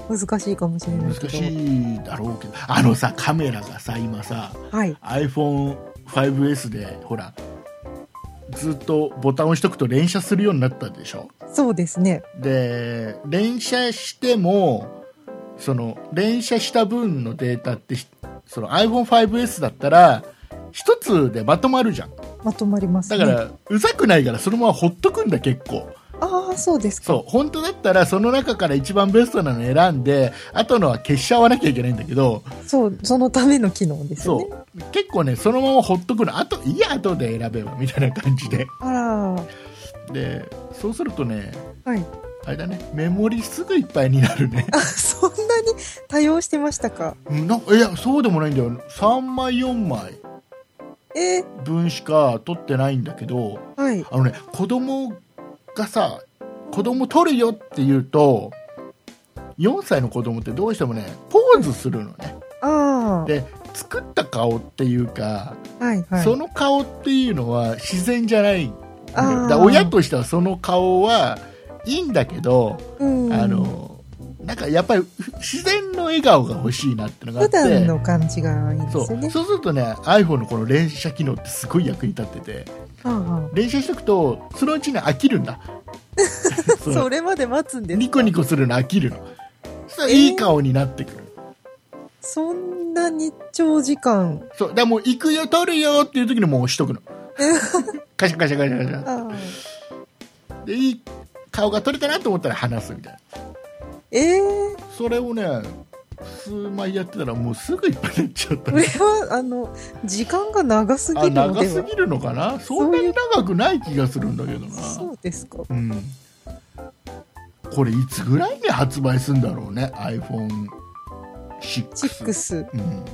C: 難しいかもしれな
B: 難
C: いけど
B: しいだろうけどあのさカメラがさ今さ
C: はい
B: iPhone5S でほらずっとボタンを押しとくと連射するようになったでしょ
C: そうですね
B: で連射してもその連写した分のデータってその iPhone5S だったら一つでまとまるじゃん
C: まとまります、
B: だ
C: ね。
B: から、うざくないからそのままほっとくんだ結構
C: ああ、そうですか。
B: そう本当だったらその中から一番ベストなの選んであとのは消しちゃわなきゃいけないんだけど
C: そう、そのための機能ですよね。
B: そう結構ねそのままほっとくのあといやあとで選べばみたいな感じで
C: あら、
B: でそうするとね
C: はい。
B: あれだねメモリすぐいっぱいになるね
C: あ、そんなに多用してましたか。
B: うんなんかいやそうでもないんだよ3枚4枚
C: えー
B: 分しか取ってないんだけど
C: はい。
B: あのね子供がさ子供取るよって言うと4歳の子供ってどうしてもねポーズするのね
C: あ
B: で作った顔っていうか、
C: あ、はいはい。
B: その顔っていうのは自然じゃないだ
C: あー
B: から親としてはその顔はいいんだけど、
C: うん、
B: あのなんかやっぱり自然の笑顔が欲しいなってのがあっ
C: 普
B: て
C: 段の感じがいいで
B: そう
C: すよね。
B: そうするとね iPhone のこの連写機能ってすごい役に立ってて
C: あ
B: 連写しとくとそのうちに飽きるん だ
C: あ
B: その
C: それまで待つんですか
B: ニコニコするの飽きるのそしたら
C: えー
B: いい顔になってくる、
C: そんなに長時間。
B: そうだからもう行くよ撮るよっていう時にもう押しと くのカシャカシャカシャカシャ
C: ああ
B: でいい顔が撮れたなと思ったら話すみたい
C: ええ
B: なそれをね数枚やってたらもうすぐいっぱいになっちゃった
C: これは、あの、時間が長すぎ
B: あ
C: るの
B: 長
C: ですは。
B: ぎるのかなそんなに長くない気がするんだけどな
C: そうですか。
B: うん、これいつぐらいに発売するんだろうね iPhone6
C: チックス。
B: うん、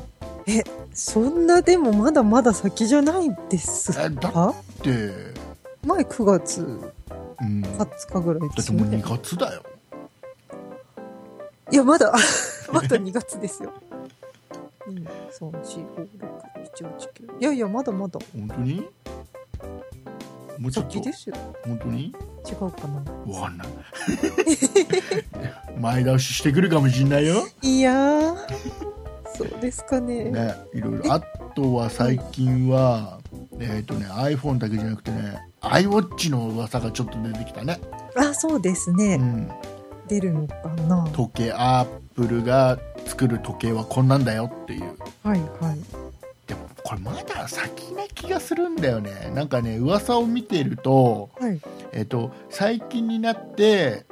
C: そんなでもまだまだ先じゃないです
B: えだ
C: か
B: で、
C: 前9月
B: うん、だ
C: 20日ぐらいで
B: って
C: す
B: も
C: よ
B: う2
C: ね。
B: 月だよ
C: いや、まだ、まだ2月ですよ。2、3、4、5、6、7、8、9。いやいや、まだまだ。
B: 本当にもうちょっと
C: 先ですよ。
B: 本当に
C: 違うかな。
B: わかんない 前倒ししてくるかもしんないよ、
C: いやー、そうですかね。
B: ね、いろいろあとは最近はえっ、とね iPhone だけじゃなくてね iWatch の噂がちょっと出てきたね、
C: あ、そうです
B: う
C: ね。
B: ん、
C: 出るのかな。は
B: 時計アップルが作る時計はこんなんだよっていう
C: いはい。
B: でもこれまだ先な気がするんだよねなんかね噂を見てると,、
C: はい。
B: えっと最近になって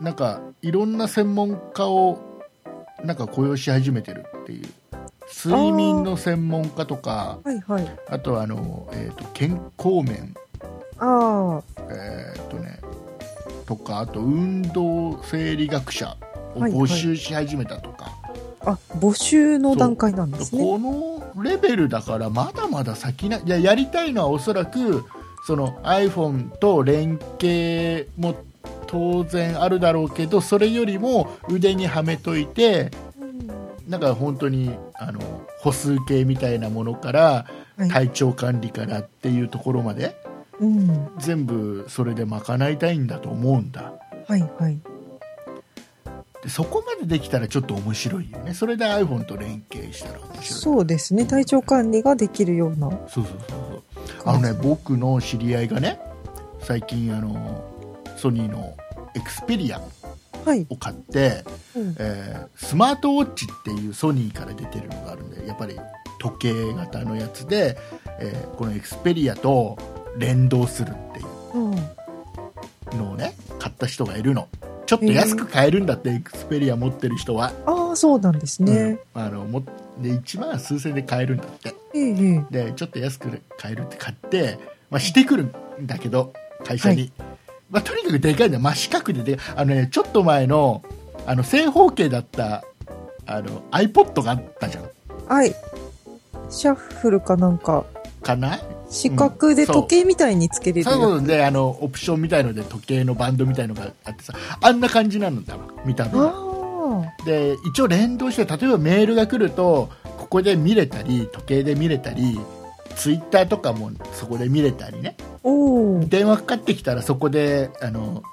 B: なんかいろんな専門家をなんか雇用し始めてるっていう睡眠の専門家とか
C: はいはい。
B: あとはあの、えっと健康面
C: あ
B: えーっとねとかあと運動生理学者を募集し始めたとか、
C: あ、あ、募集の段階なんですね。
B: このレベルだからまだまだ先ないややりたいのはおそらくその iPhone と連携も当然あるだろうけどそれよりも腕にはめといて
C: うん
B: なんか本当にあの歩数計みたいなものから
C: はい。
B: 体調管理からっていうところまで
C: うん。
B: 全部それで賄いたいんだと思うんだ
C: はいはい。
B: でそこまでできたらちょっと面白いよねそれで iPhone と連携したら面白い
C: そうですね。体調管理ができるような
B: そうそうそうそうあ
C: 感
B: の
C: じ。
B: ね僕の知り合いがね最近あのソニーのエクスペリア
C: はい。
B: を買って、
C: うん
B: えースマートウォッチっていうソニーから出てるのがあるんでやっぱり時計型のやつで、えーこのエクスペリアと連動するってい
C: うん
B: うのをね買った人がいるのちょっと安く買えるんだって、エクスペリア持ってる人は、
C: ああ、そうなんですね。
B: うんあのもで1万数千で買えるんだって
C: ええええ
B: でちょっと安く買えるって買って、まあ、してくるんだけど会社に、まあ、とにかくでかいんだよ真四角でであの、ね、ちょっと前のあの正方形だったあの iPod があったじゃん
C: はい。シャッフルかなんか、
B: かな
C: 四角で時計みたいにつけれるやつ
B: そういうことであのオプションみたいので時計のバンドみたいのがあってさあんな感じなんだわ見た目が
C: あ
B: で一応連動して例えばメールが来るとここで見れたり時計で見れたりツイッターとかもそこで見れたりね
C: あ。おお。
B: 電話かかってきたらそこであの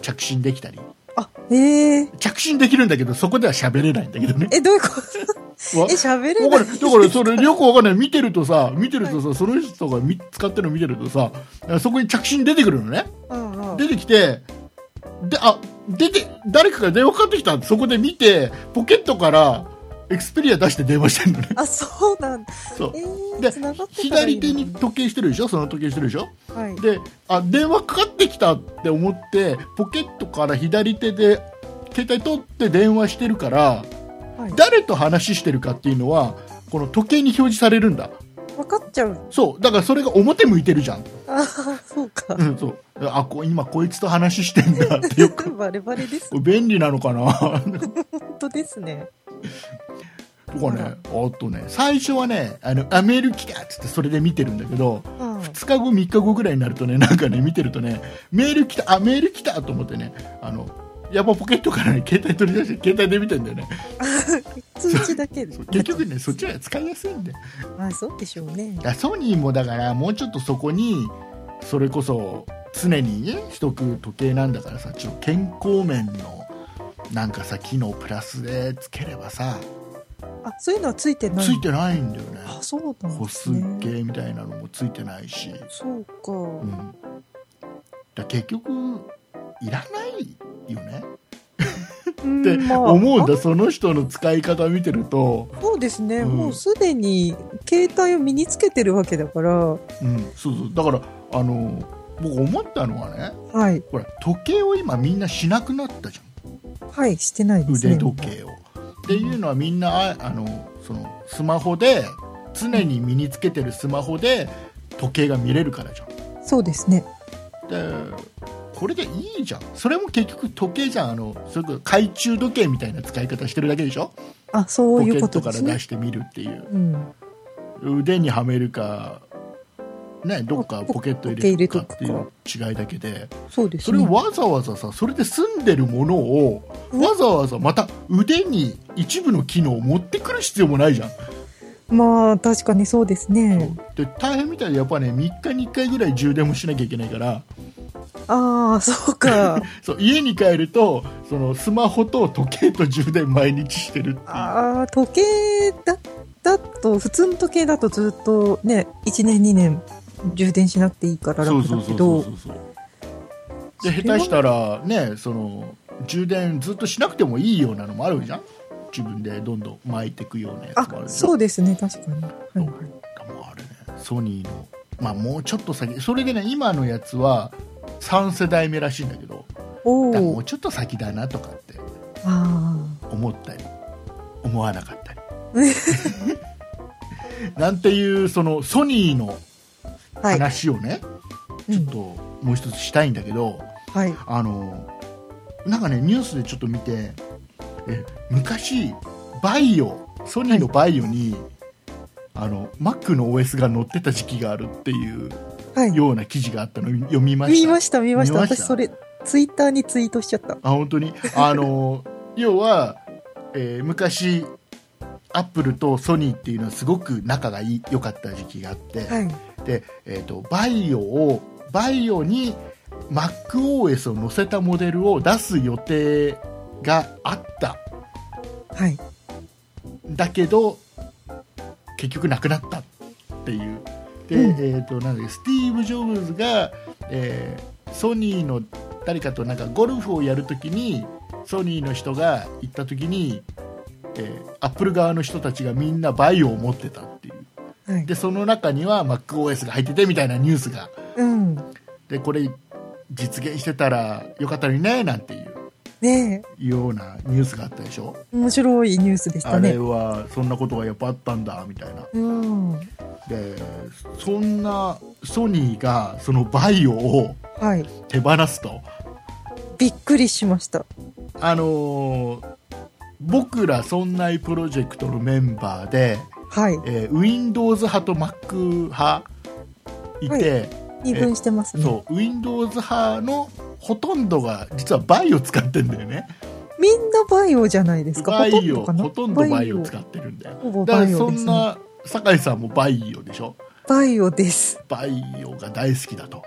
B: 着信できたり
C: あ、ええ
B: 着信できるんだけどそこでは喋れないんだけどね
C: え、どういうこと
B: わ
C: え、喋れ
B: わ
C: ない
B: かるだからそれよくわかんない見てるとさ見てるとさ、その人がみ使ってるの見てるとさそこに着信出てくるのね
C: ああ
B: 出てきてであ出て誰かが電話かかってきたそこで見てポケットからエクスペリア出して電話してるのね
C: あ、そうなんだ。
B: そう
C: え
B: で
C: ー、繋がってたらい
B: 左
C: いの
B: 手に時計してるでしょその時計してるでしょ
C: はい。
B: であ電話かかってきたって思ってポケットから左手で携帯取って電話してるから
C: はい。
B: 誰と話してるかっていうのはこの時計に表示されるんだ
C: 分かっちゃう。
B: そうだからそれが表向いてるじゃん、
C: あーそうか
B: う。ん、そうあこ今こいつと話してんだってよ く
C: バレバレです。
B: これ便利なのか な
C: 本当ですね。
B: とかねあとね最初はねあのあメール来たっつってそれで見てるんだけど
C: うん。
B: 2日後3日後ぐらいになるとねなんかね見てるとねメール来たあメール来たと思ってねあのやっぱポケットからね携帯取り出して携帯で見てんだよね
C: 通知だけで
B: そう。結局ねそっちの方が使いやすいんで
C: まあ、そうでしょうね。
B: ソニーもだからもうちょっとそこにそれこそ常にねしとく時計なんだからさちょっと健康面のなんかさ機能プラスでつければさ
C: あ、そういうのはついてない。
B: ついてないんだよね
C: あ、そうなん
B: 歩
C: です
B: 数
C: ね。
B: 計みたいなのもついてないし、
C: そうか。
B: うん、だから結局いらないよね
C: うん
B: って
C: まあ
B: 思うんだその人の使い方見てると、
C: あそうですね、
B: うん
C: もうすでに携帯を身につけてるわけだから、は
B: うん、そうそうだからあの僕思ったのはね
C: い、
B: ほら時計を今みんなしなくなったじゃん
C: はい、してないですね。
B: 腕時計を。っていうのはみんなああのそのスマホで常に身につけてるスマホで時計が見れるからじゃん。
C: そうですね。
B: でこれでいいじゃんそれも結局時計じゃんあのそれこそ懐中時計みたいな使い方してるだけでしょ
C: あ、そう
B: ポ
C: い
B: ケ
C: う
B: ッ
C: こ
B: ト
C: とで
B: から
C: すね
B: 出。してみるっていう
C: うん、
B: 腕にはめるか、ね、どっかポケット入れるかっていう違いだけで
C: そうです
B: そ
C: ね。
B: れをわざわざさそれで済んでるものをわざわざまた腕に一部の機能を持ってくる必要もないじゃん
C: まあ、確かにそうですね。
B: で大変みたいでやっぱね3日に1回ぐらい充電もしなきゃいけないから
C: ああ、そうか。
B: そう家に帰るとそのスマホと時計と充電毎日してるっていう
C: ああ、時計だ、だと、普通の時計だとずっとね、1年2年充電しなくていいから
B: そう
C: 楽
B: そ
C: だ
B: う
C: け
B: そうそう
C: ど
B: そ、うそうで下手したらねその充電ずっとしなくてもいいようなのもあるじゃん自分でどんどん巻いていくようなやつもあ
C: あ、
B: るじゃん
C: そうですね、確かに。はいはい。
B: もうあれねソニーのまあもうちょっと先それでね今のやつは3世代目らしいんだけど
C: お
B: だからも
C: お
B: う、ちょっと先だなとかって
C: あ
B: 思ったり思わなか ったりなんていうそのソニーの
C: あ、はい。
B: 話をね、
C: うん
B: ちょっともう一つしたいんだけど、
C: はい。
B: あのなんかねニュースでちょっと見てえ昔バイオソニーのバイオに、あの Mac の OS が載ってた時期があるっていう
C: はい。
B: ような記事があったの読みました
C: 見ました、見ました。
B: 見ました
C: 私、それ、ツイッターにツイートしちゃった。
B: あ本当にあ の要は、えー昔アップルとソニーっていうのはすごく仲がいい良かった時期があって、
C: はい。
B: で、えー、とバイオをバイオに MacOS を載せたモデルを出す予定があった
C: はい。
B: んだけど結局なくなったっていうで、
C: うん
B: えー、となんだっけスティーブ・ジョブズが、えーソニーの誰かとなんかゴルフをやるときにソニーの人が行ったときに、えーアップル側の人たちがみんなバイオを持ってたっていう
C: はい。
B: でその中には MacOS が入っててみたいなニュースが
C: うん。
B: でこれ実現してたらよかったのにねなんていう
C: ね
B: いうようなニュースがあったでしょ、
C: え、面白いニュースでし
B: あ
C: た
B: れ
C: ね。
B: はそんなことがやっぱあったんだみたいな
C: うん。は
B: でそんなソニーがそのバイオを
C: い。
B: 手放すと
C: びっくりしました。
B: あのー僕らそんないプロジェクトのメンバーで、
C: はい。
B: えー Windows 派と Mac 派いて、
C: 二分してますね。
B: そう Windows 派のほとんどが実はバイオ使ってんだよね
C: みんなバイオじゃないですか。
B: バイオ
C: ほとんどかな
B: ほとんどバイオ使ってるんだよ
C: ほぼ
B: だ
C: バ
B: から
C: イオ
B: そ
C: で
B: ん
C: す、ね。
B: な酒井さんもバイオでしょ
C: バイオです。
B: バイオが大好きだと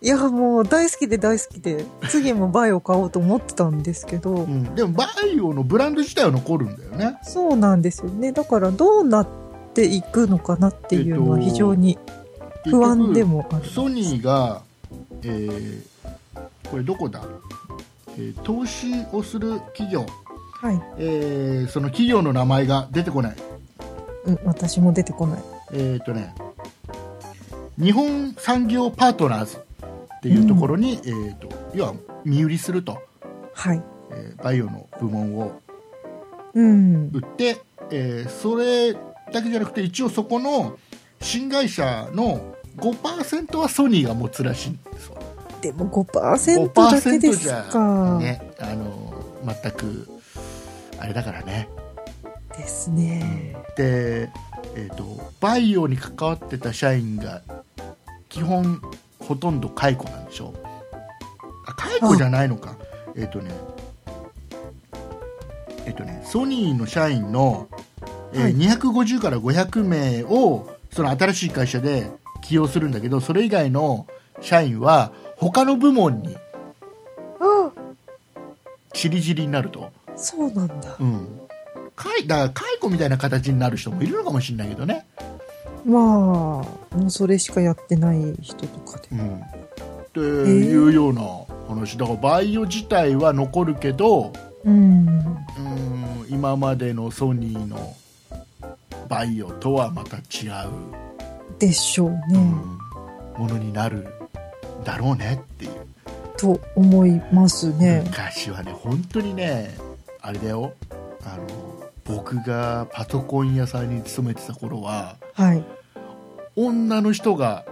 C: いや、もう大好きで大好きで、次もバイオ買おうと思ってたんですけど
B: う、ん、でもバイオのブランド自体は残るんだよね
C: そうなんですよね。だからどうなっていくのかなっていうのは非常に不安でもある。
B: 結局ソニーが、えーこれどこだえー投資をする企業、
C: はい。
B: えーその企業の名前が出てこない。
C: うん、私も出てこない。
B: えっ、とね、日本産業パートナーズっていうところに、えっ、と、要は見売りすると、
C: はい。
B: えーバイオの部門を
C: うん。
B: 売って、えーそれだけじゃなくて、一応そこの新会社の5%はソニーが持つらしいんですわ
C: でも5%だけですか。
B: ね、あの全くあれだからね
C: ですね。
B: で、えー、とバイオに関わってた社員が基本ほとんど解雇なんでしょあ解雇じゃないのかえっ、とねえっ、とねソニーの社員の、えー
C: はい
B: 250から500名をその新しい会社で起用するんだけどそれ以外の社員は他の部門に
C: あ
B: 散り散りになると。
C: あ、そうなんだ。
B: うん、解だから解雇みたいな形になる人もいるのかもしれないけどね、
C: まあ、もうそれしかやってない人とかで。
B: うん、っていうような話だからバイオ自体は残るけど
C: うん。
B: うん今までのソニーのバイオとはまた違う
C: でしょうね。
B: うんものになるだろうねっていう、
C: と思いますね。
B: 昔はね本当にねあれだよあの僕がパソコン屋さんに勤めてた頃は
C: はい。
B: 女の人が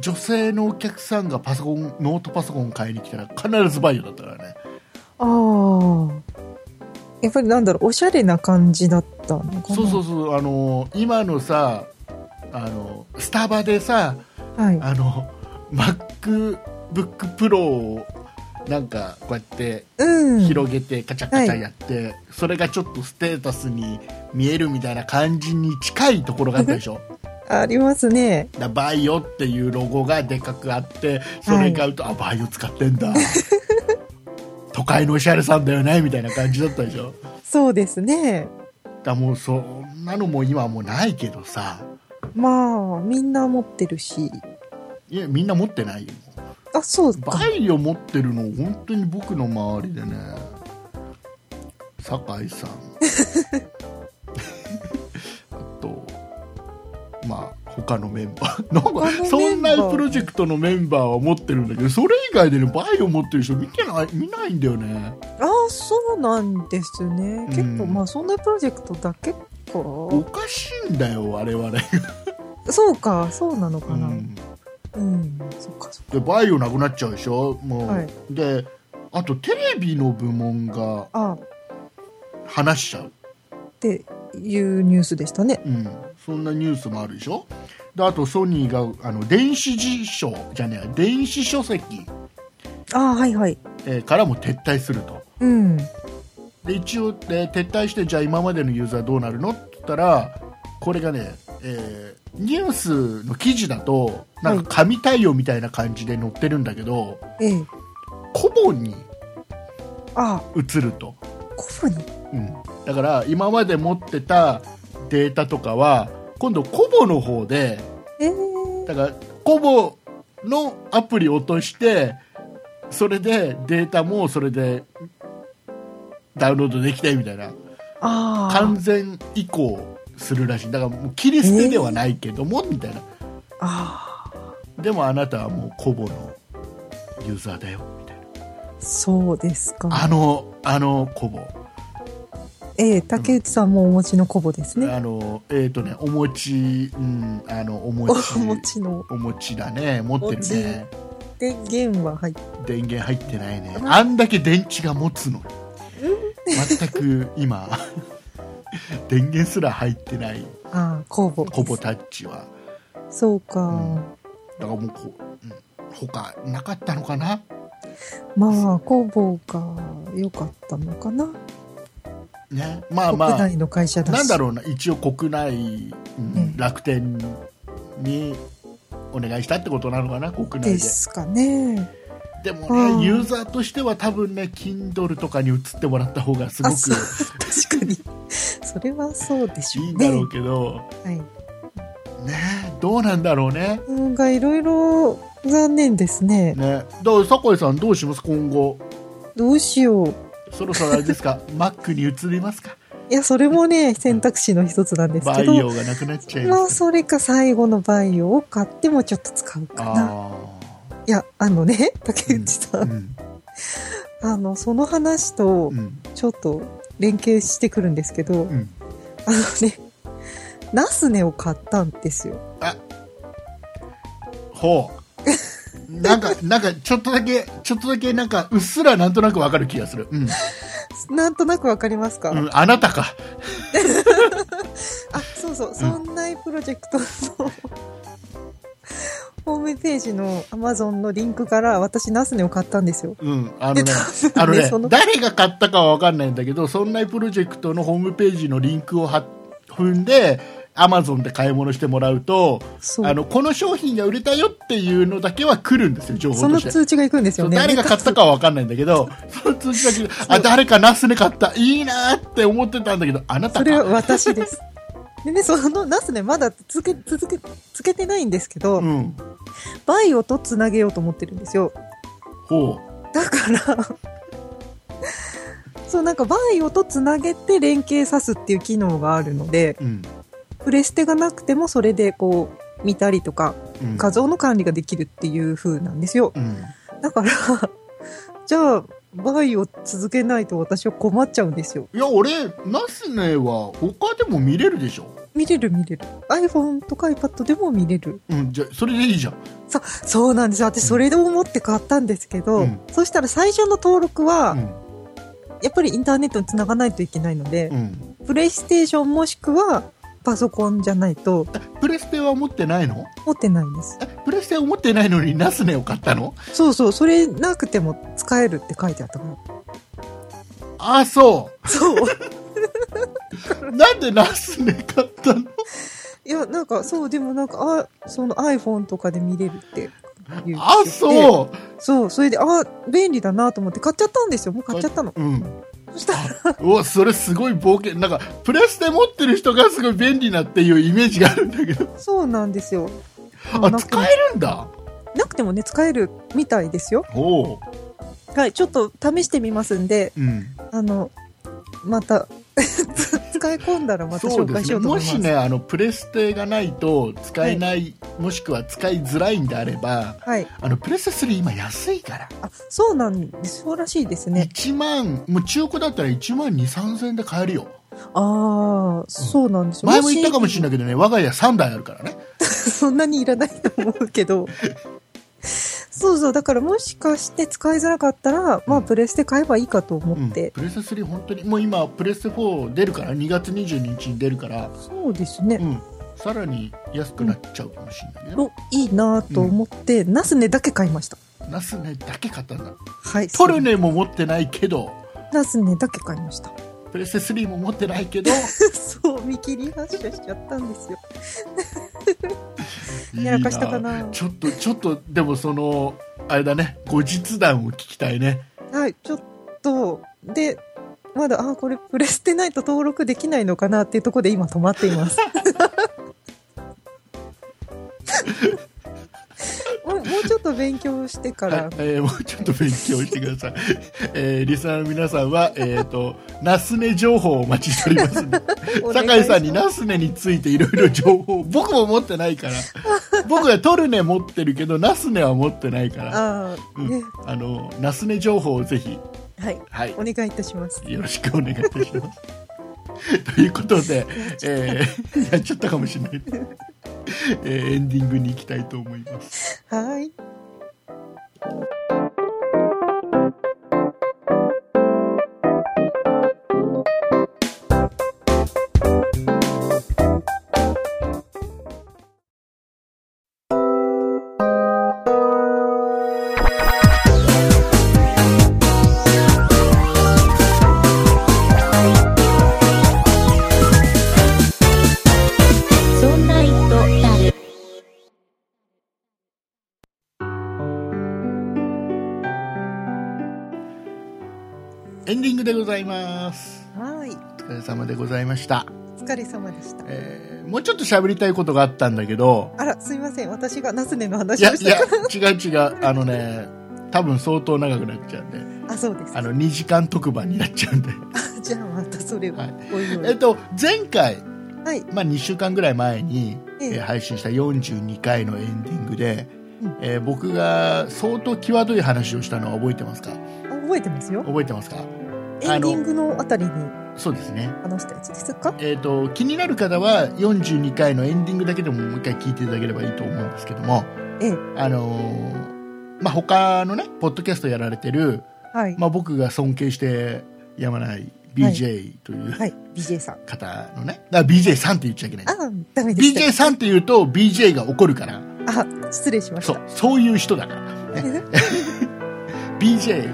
B: 女性のお客さんがパソコンノートパソコン買いに来たら必ずバイオだったからね
C: ああ。やっぱりなんだろう、おしゃれな感じだったのかな。
B: そうそうそうあの今のさあのスタバでさ
C: はい。
B: あの MacBookPro をなんかこうやって
C: うん。
B: 広げてカチャカチ
C: は
B: ャ
C: い
B: やって、それがちょっとステータスに見えるみたいな感じに近いところがあったでし ょ
C: ありますね。
B: だバイオっていうロゴがでかくあってそれ買うと、あバイオ使ってんだ都会のおしゃれさんだよねみたいな感じだったでしょ
C: そうですね。
B: だもうそんなのも今はもうないけどさ
C: まあ、みんな持ってるし。
B: いやみんな持ってないよ
C: あ、そうか。
B: バイオ持ってるの本当に僕の周りでね酒井さん あとまあ他のメンバーなん
C: 他のメンバ
B: か
C: ー
B: そんなプロジェクトのメンバーは持ってるんだけどそれ以外でねバイオ持ってる人見てない見ないんだよね
C: ああ、そうなんですね。結構、
B: うん
C: まあ、そんなプロジェクトだけか。
B: おかしいんだよ我々、
C: そうか、そうなのか
B: う
C: な。うんん、そっか、そっか。
B: でバイオなくなっちゃうでしょもう、
C: はい
B: であとテレビの部門が
C: ああ、っ
B: 話しちゃう
C: ていうニュースでしたね。
B: うん、そんなニュースもあるでしょであとソニーがあの電子辞書じゃねえ電子書籍、
C: ああ、はいはい。
B: えーからも撤退すると
C: うん。
B: で一応、えー撤退してじゃあ今までのユーザーどうなるのって言ったらこれがね、えーニュースの記事だとなんか紙対応みたいな感じで載ってるんだけど、
C: ええ。
B: コボに
C: あ
B: 移ると、
C: あ、コブに。
B: うん、だから今まで持ってたデータとかは今度コボの方で
C: ええ
B: だからコボのアプリを落としてそれでデータもそれでダウンロードできてみたいな
C: ああ。
B: 完全移行するらしいだからもう切り捨てではないけども、みたいな
C: あ
B: でもあなたはもうコボのユーザーだよみたいな
C: あ、そうです
B: あ
C: か。
B: のあのコボ
C: ええ、竹内さんもお持ちのコボですね。
B: あのえっ、とねお餅、うん、あのお
C: お
B: 餅
C: 餅の。
B: お餅だね持ってるね
C: で、弦は入って。
B: 電源入ってないねあんだけ電池が持つの全く今 電源すら入ってない
C: ああ、コボです。
B: コボタッチは
C: そうか。
B: うんだからもうこう、うん、他なかったのかな
C: まあ、工房が良かったのかな。
B: ねまあま
C: 国
B: あ
C: 内の会社だし。
B: なんだろうな一応国内、うん
C: うん
B: 楽天にお願いしたってことなのかな国内
C: で
B: です
C: かね。
B: でも
C: うん
B: ねユーザーとしては多分ね Kindle とかに移ってもらった方がすご
C: あ、
B: く
C: そう、確かに。それはそうでしょう
B: いいん
C: ね。
B: だろうけど、
C: はい。
B: ねどうなんだろうね
C: うんがいろいろ残念ですね。
B: ね、だから酒井さんどうします今後
C: どうしよう。
B: そろそろあれです かマックに移りますか
C: いや、それもね、選択肢の一つなんです
B: バ
C: け
B: イ
C: ど。
B: オがなくなっちゃい
C: ま
B: ま
C: あ、
B: す
C: それか最後のバイオを買ってもちょっと使うかな。
B: あ
C: いや、あのね、竹
B: ー
C: 内さ、
B: うんん
C: あの、その話と
B: うん
C: ちょっと連携してくるんですけど、
B: うん
C: あのね、ナスネを買ったんですよ。
B: ほうなんかなんかちょっとだけちょっとだけなんかうっすらなんとなくわかる気がするうん、
C: なんとなくわかりますか、
B: うん、あなたか
C: あ、そうそう、そんなプロジェクトのホームページの Amazon のリンクから私ナスネを買ったんですよ。
B: うんあのね
C: 多
B: あの
C: 分ね
B: ね
C: その
B: 誰が買ったかは分かんないんだけどそんなプロジェクトのホームページのリンクを貼っ踏んでアマゾンで買い物してもらうと
C: そう。
B: あのこの商品が売れたよっていうのだけは来るんですよ情
C: そ
B: 報と
C: の
B: して。
C: 通知が行くんです
B: そ
C: よ
B: う
C: ね。
B: 誰が買ったかは分かんないんだけど、その通知だけで、あ、誰かナスネ買った、いいなーって思ってたんだけど、あなた
C: それは
B: か。
C: 私です。でね、そのナスね、まだつけ、続け、つけてないんですけど、
B: うん。
C: バイオとつなげようと思ってるんですよ。
B: ほ
C: だから、 そう、なんかバイオとつなげて連携さすっていう機能があるので、
B: う。うん。
C: プレステがなくてもそれでこう、見たりとか、
B: うん。
C: 画像の管理ができるっていう風なんですよ。
B: うん。
C: だから、 じゃあ、バイオ続けないと私は困っちゃうんですよ。
B: いや、俺、ナスネは他でも見れるでしょ。
C: 見れる見れる。iPhone とか iPad でも見れる。
B: うん、じゃあそれでいいじゃん。
C: そそうなんです私それで思って買ったんですけど、
B: うん
C: そしたら最初の登録は、
B: うん。
C: やっぱりインターネットに繋がないといけないので
B: う、ん。
C: プレイステーションもしくはパソコンじゃないと
B: プレステは持ってないの
C: 持ってないんです
B: えプレステを持ってないのにナスネを買ったの
C: そうそうそれなくても使えるって書いてあったから
B: あ、そ
C: そう
B: う。なんでナスネ買ったの
C: いやなんかそうでもなんかあその iPhone とかで見れるって言って
B: あ、
C: う
B: そ
C: そうそれであ便利だなと思って買っちゃったんですよもう買っちゃったの
B: う。うん。
C: そしたら
B: うわ、それすごい冒険。なんか、プレステ持ってる人がすごい便利なっていうイメージがあるんだけど。
C: そうなんですよ
B: あ、
C: なくても
B: 使えるんだ。
C: なくてもね使えるみたいですよ
B: おう。
C: はい、ちょっと試してみますんで、
B: うん。
C: あの、また、 使い込んだらまた
B: そう
C: 紹
B: で
C: 介し
B: すね。
C: ようと思
B: も
C: います。
B: しね、あの、プレステがないと使えない、もしくは使いづらいんであれば、
C: はい。
B: あの、プレステ3今安いから。
C: あ、そうなんです。そうらしいですね。
B: 1万もう中古だったら1万2 3 0円で買えるよ
C: ああ、そうなんですよ。。
B: 前も言ったかもしれないいけどね我が家3台あるからね
C: そんなにいらないと思うけど。 そうそう。だからもしかして使いづらかったら、まあ、プレステ買えばいいかと
B: う
C: 思
B: ん
C: っ
B: プレ
C: て。
B: ステ3本当にもう今プレステ4出るから2月22日に出るから
C: そうです
B: う
C: ね。
B: んさらに安くなっちゃうかもしれないね
C: おいいなと思って、ナスネだけ買いました。
B: ナスネだけ買ったんだ
C: はい。
B: トルネも持ってないけど
C: ナスネだけ買いました。
B: プレステ3も持ってないけど
C: そう、見切り発車しちゃったんですよ。
B: いい
C: やらかしたかな
B: ちょっとちょっとでもそのあれだね後日談を聞きたいね
C: はい、ちょっと、で、まだ、あ、これプレステないと登録できないのかなっていうところで今止まって います。もうもうちょっと勉強してか
B: はい
C: ら、
B: えーもうちょっと勉強してください、 えーリスナーの皆さんは、えー、 とナスネ情報をお待ちしておりますので
C: お願いし
B: 酒
C: ま
B: 井
C: す
B: さんにナスネについていろいろ情報を僕も持ってない から僕はトルネ持ってるけどナスネは持ってないから
C: ああ、
B: うん
C: ね、
B: あのナスネ情報をぜひ、
C: はい、
B: はい
C: お、願いいたします。
B: よろしくお願いいたします ということで、えーやっちゃったかもしれない、えーエンディングに行きたいと思います
C: はい。
A: そんな糸だる。
B: エンディングでございます
C: はい。
B: お疲れ様でございました
C: お疲れ様でした。
B: えーもうちょっと喋りたいことがあったんだけど、
C: あら、すいません。私がナスネの
B: い
C: 話
B: や
C: を
B: い
C: した
B: や、違う違う、あのね、多分相当長くなっちゃうんで
C: あ、そうです
B: あ。の2時間特番になっちゃうんで
C: じゃあまたそれ
B: は
C: はいおいお
B: えっ
C: い。
B: と前回、
C: はい。
B: まあ、2週間ぐらい前に、
C: ええ
B: えー配信した42回のエンディングで、
C: うん
B: えー僕が相当際どい話をしたのは覚えてますか
C: あ覚えてますよ。
B: 覚えてますか
C: エンディングのあたりに
B: そうですね
C: 話したやつですか
B: えー、と気になる方は42回のエンディングだけでももう一回聞いていただければいいと思うんですけども、
C: ええ
B: あのーまあ、他のねポッドキャストやられてる、
C: はい。
B: まあ、僕が尊敬してやまない BJ という
C: はい。BJ さん。
B: 方のね、だから BJ さんって言っちゃいけない
C: あ、ダメでした。
B: BJ さんって言うと BJ が怒るから
C: あ、失礼しまし
B: そ
C: た
B: う。そういう人だから、ね、BJ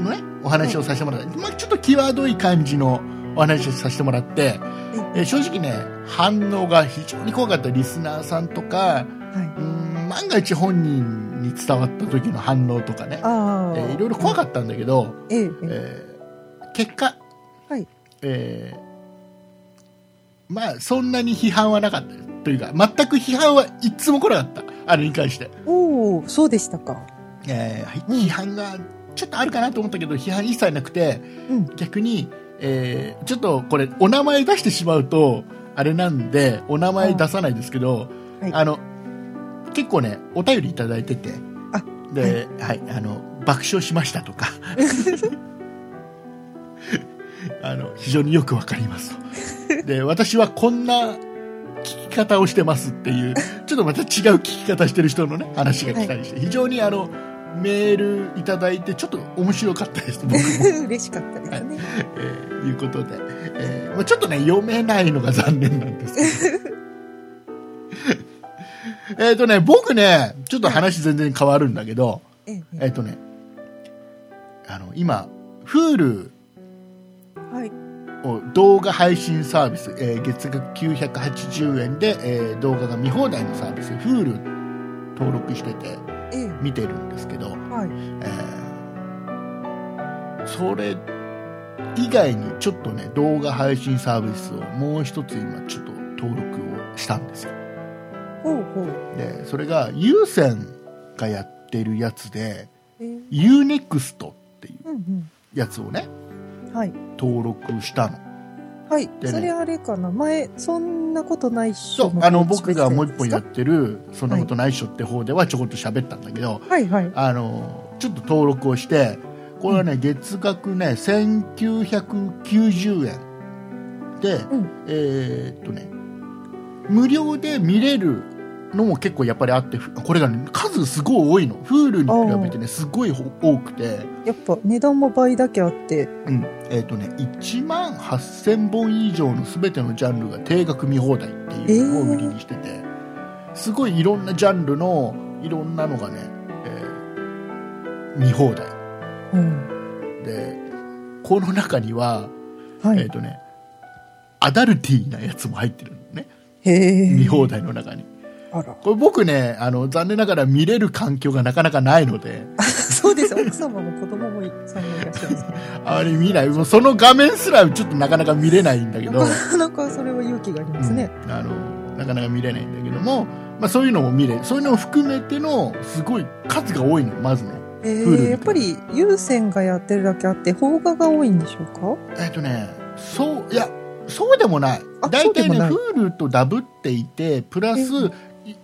B: のねお話をさせてもらって、まあ、ちょっと際どい感じのお話をさせてもらって、えー正直ね反応が非常に怖かったリスナーさんとか
C: は
B: うーん万が一本人に伝わった時の反応とかね
C: い。、あ
B: え
C: あ。
B: ーいろいろ怖かったんだけど、
C: ええ。ええ
B: えー結果、
C: はい
B: えーまあそんなに批判はなかったというか全く批判はいつも来なかったあれに関して、
C: おお、そうでしたか。
B: えー批判がちょっとあるかなと思ったけど批判一切なくて
C: うん。
B: 逆に、えーちょっとこれお名前出してしまうとあれなんでお名前出さないですけど、
C: はい
B: あの結構ねお便りいただいてて
C: あ
B: で、はいあの爆笑しましたとかあの非常によくわかりますとで私はこんな聞き方をしてますっていうちょっとまた違う聞き方してる人のね話が来たりして、非常にあのメールいただいてちょっと面白かったです僕も。
C: 嬉しかったですね。
B: えーいうことで、えーまあ、ちょっとね読めないのが残念なんですけど えっとね僕ねちょっと話全然変わるんだけど、
C: えええ
B: えっとねあの今 Hulu
C: え。はい。
B: を動画配信サービス、えー月額980円で、えー動画が見放題のサービス Hulu 登録してて
C: ええ。
B: 見てるんですけど、
C: はい。
B: えーそれ以外にちょっとね動画配信サービスをもう一つ今ちょっと登録をしたんですよ
C: ほうほう。
B: でそれが有線がやってるやつで
C: ええ。
B: UNEXT ってい
C: うん
B: うやつをね
C: うん。はい。
B: 登録したの
C: はい。
B: ね
C: それあれかな。前、そんなことないっし
B: そ
C: ょ。
B: うあの僕がもう一本やっ
C: る。
B: てる「そんなことないっしょ」って方ではちょこっと喋ったんだけど、
C: はいはい。
B: あのちょっと登録をしてこれはね、月額ね1990円で、
C: うん。
B: えーっとね無料で見れるのも結構やっぱりあってふこれが、ね、数すごい多いの Hulu に比べてねすごいほ多くて、
C: やっぱ値段も倍だけあって。
B: うんえーっとね、1万8000本以上の全てのジャンルが定額見放題っていうのを売りにしてて、すごいいろんなジャンルのいろんなのがね、えー見放題
C: うん。
B: でこの中には、
C: は
B: えーっ
C: い。
B: とねアダルティーなやつも入ってるのね
C: へえ。
B: 見放題の中に。
C: あら。
B: これ僕ねあの残念ながら見れる環境がなかなかないので
C: そうです。奥様も子供も3人いらっしゃるんですね。
B: あまり見ないもうその画面すらちょっとなかなか見れないんだけ
C: な
B: ど、う
C: か なかそれは勇気があります
B: ん
C: ね。
B: あのなかなか見れないんだけども、まあ、そういうのも見れそういうのを含めてのすごい数が多いのまずね
C: ええ
B: Hulu
C: やっぱり優先がやってるだけあって、邦画が多いんでしょうか
B: えっ、とねそういやそうでもない
C: あ
B: 大体ね
C: そうでもない
B: Hulu とダブっていてプラス、
C: う
B: い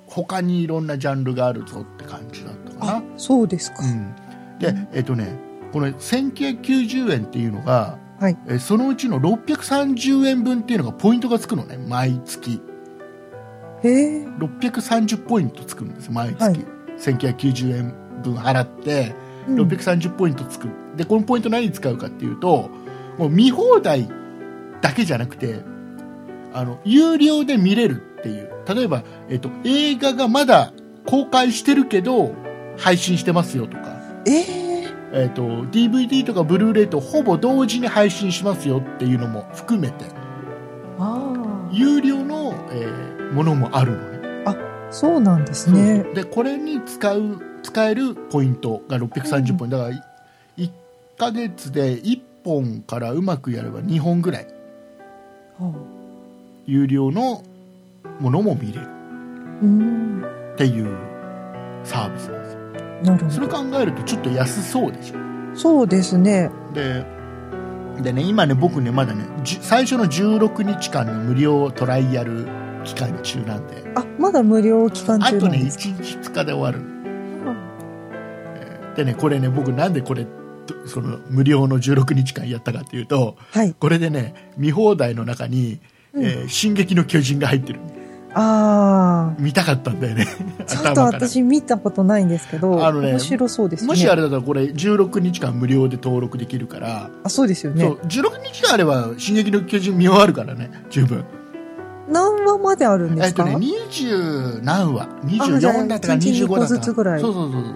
B: 他にいろんなジャンルがあるぞって感じだったかな
C: あ、そうですか。
B: うん、でえっとねこの1990円っていうのが、
C: はい
B: えそのうちの630円分っていうのがポイントがつくのね毎月
C: へえ。
B: 630ポイントつくんですよ毎月、
C: はい
B: 1990円分払って
C: うん
B: 630ポイントつく、でこのポイント何に使うかっていうともう見放題だけじゃなくてあの有料で見れるっていう例えば、えっと、映画がまだ公開してるけど配信してますよとか
C: ええ
B: えー、と DVD とかブルーレイとほぼ同時に配信しますよっていうのも含めて
C: あ
B: 有料の、えーものもあるのね
C: あ。そうなんですね。
B: でこれに使う使えるポイントが630本、だから1ヶ月で1本からうまくやれば2本ぐらい
C: は
B: 有料のものも見れる
C: あうん。
B: っていうサービスなんですよ
C: なる
B: そ
C: ほ
B: れ
C: ど。
B: 考えるとちょっと安そうでしょ
C: そうですね。
B: ででね今ね僕ねまだねじゅ最初の16日間の無料トライアル期間中なんで
C: あ、まだ無料期間
B: あ
C: 中
B: と
C: な
B: ね
C: んですか。
B: 1日2日で終わるでねこれね僕なんでこれとその無料の16日間やったかっていうと
C: はい。
B: これでね見放題の中に「
C: うん
B: えー進撃の巨人」が入ってる
C: あ
B: 見たかったんだよね
C: あ。ちょっ と
B: 頭から
C: 私見たことないんですけど、
B: あのね
C: 面白そうですね。
B: もしあれだったらこれ16日間無料で登録できるから、
C: あ、そうですよ
B: そ
C: ね
B: う。16日間あれば「進撃の巨人」見終わるからね十分
C: 何話まであるんで
B: えっ
C: す
B: と
C: か、
B: ね20何話
C: あじゃあ
B: 24だったか
C: 一日に
B: 25だっ
C: 一個
B: た
C: ずつぐら
B: か
C: い
B: そうそうそうそう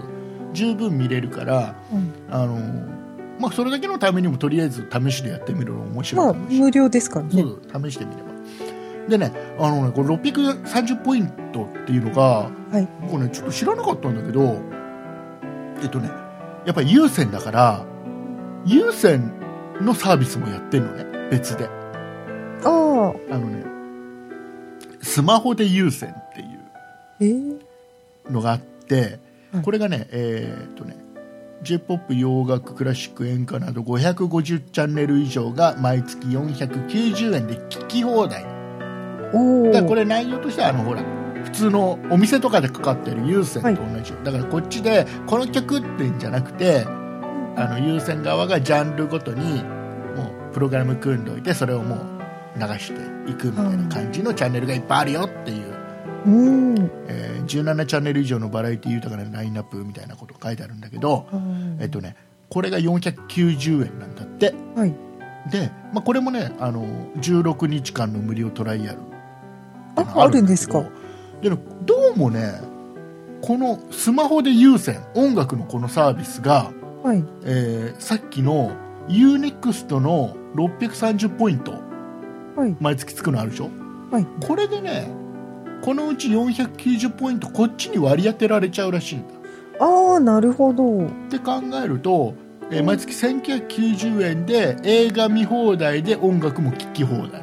B: 十分見れるから
C: うん
B: あのまあそれだけのためにもとりあえず試しでやってみるの面白
C: ま
B: い
C: あ、
B: かもしれない、
C: 無料ですからね。
B: そうそう試してみればでねあのねこれ630ポイントっていうのが
C: はい。
B: 僕ねちょっと知らなかったんだけどえっとねやっぱり有線だから有線のサービスもやってんのね別で
C: あ
B: あ
C: あ、
B: のねスマホで有線っていう
C: えー、
B: のがあって、
C: はい
B: これがねえーっとね j p o p 洋楽クラシック演歌など550チャンネル以上が毎月490円で聞き放題
C: お
B: だから
C: お。
B: これ内容としてはあのほら普通のお店とかでかかってる有線と同じよ、だからこっちでこの曲っていうんじゃなくてあの有線側がジャンルごとにもうプログラム組んでおいてそれをもう流していくみたいな感じのチャンネルがいっぱいあるよっていう
C: うん。
B: えー17チャンネル以上のバラエティ豊かなラインナップみたいなこと書いてあるんだけど、
C: うん
B: えっとね、これが490円なんだって
C: はい。
B: で、まあ、これもねあの16日間の無料トライアルっての
C: あ、あるんですか。
B: だけどでねどうもねこのスマホで有線音楽のこのサービスが、
C: はい。
B: えーさっきの UNEXT の630ポイント
C: はい。
B: 毎月つくのあるでしょ
C: はい。
B: これでねこのうち490ポイントこっちに割り当てられちゃうらしいんだ
C: ああ、なるほど。
B: って考えると、えー毎月1990円で映画見放題で音楽も聴き放題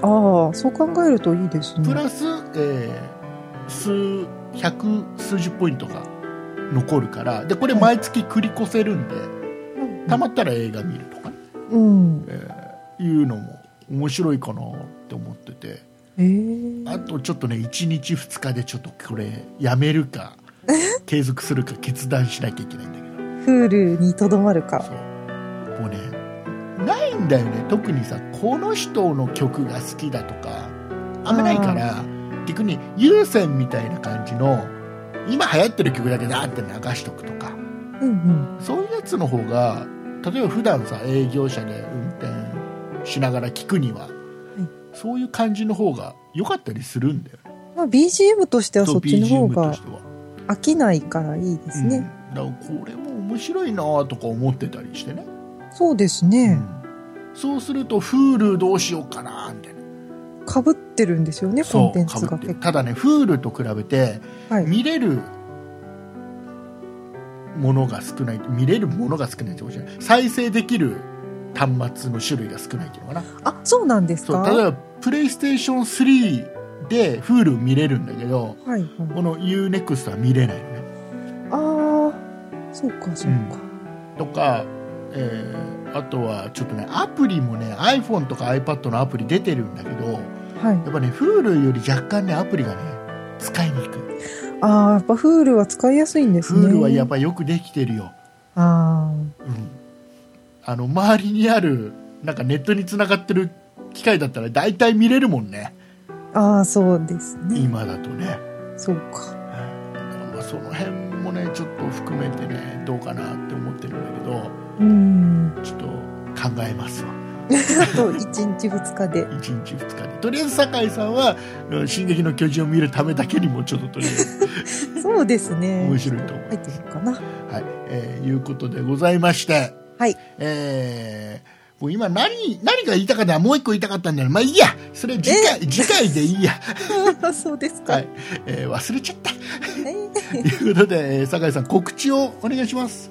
C: ああ、そう考えるといいです
B: プ
C: ね。
B: ラス、えー数百数十ポイントが残るからでこれ毎月繰り越せるんでたまったら映画見るとかね、
C: うん。
B: いうのも面白いかなって思ってて
C: えー、
B: あとちょっとね1日2日でちょっとこれやめるか継続するか決断しなきゃいけないんだけど。
C: フールにとどまるか。
B: そうもうねないんだよね特にさこの人の曲が好きだとかあんまないから逆に優先みたいな感じの今流行ってる曲だけだって流しとくとか
C: うん
B: そういうやつの方が例えば普段さ営業者で運転しながら聞くには、そういう感じの方が良かったりするんだよね
C: うん。まあ、BGM としてはそっちの方
B: BGM と
C: が
B: しては。
C: 飽きないからいいで
B: う
C: す
B: ん
C: ね。
B: だからこれも面白いなとか思ってたりしてね。
C: そうですね。
B: そうすると Hulu どうしようかなみたいな
C: かぶってるんですよね、コンテンツ
B: 被
C: が
B: って
C: 結構。
B: ただね Hulu と比べて
C: はい。
B: 見れるものが少ない見れるものが少ないってことじゃない再生できる端末の種類が少ないっていうのかな
C: あ、そうなんです
B: そ
C: か
B: う例えばプレイステーション3で Hulu 見れるんだけど
C: はい、はい。
B: この UNEXT は見れないのね
C: ああ、そうか、そうか。
B: とか、えーあとはちょっとねアプリもね iPhone とか iPad のアプリ出てるんだけど
C: はい。
B: やっぱね Hulu より若干ねアプリがね使いにくい
C: ああ、やっぱフールは使いやすいんですね。
B: Hulu はやっぱよくできてるよ、
C: あ
B: うん、あの周りにあるなんかネットにつながってる機械だったら大体見れるもんね
C: あ、ああ、そうですね。
B: 今だとね
C: そうか。
B: まあその辺もねちょっと含めてねどうかなって思ってるんだけど
C: うん。
B: ちょっと考えますわ
C: あと1日2 日で。
B: 1日2日でとりあえず酒井さんは「進撃の巨人」を見るためだけにもちょっととりあえず
C: そうですね。
B: 面白いと思う
C: 入ってるかな。
B: はい、えーいうことでございまして、
C: はい。
B: えーもう今何、何が言いたかったもう一個言いたかったんだよ。まあいいや。それ次回、次回でいいや。
C: そうですか。
B: はい。えー忘れちゃった。
C: えー
B: ということで、えー酒井さん、告知をお願いします。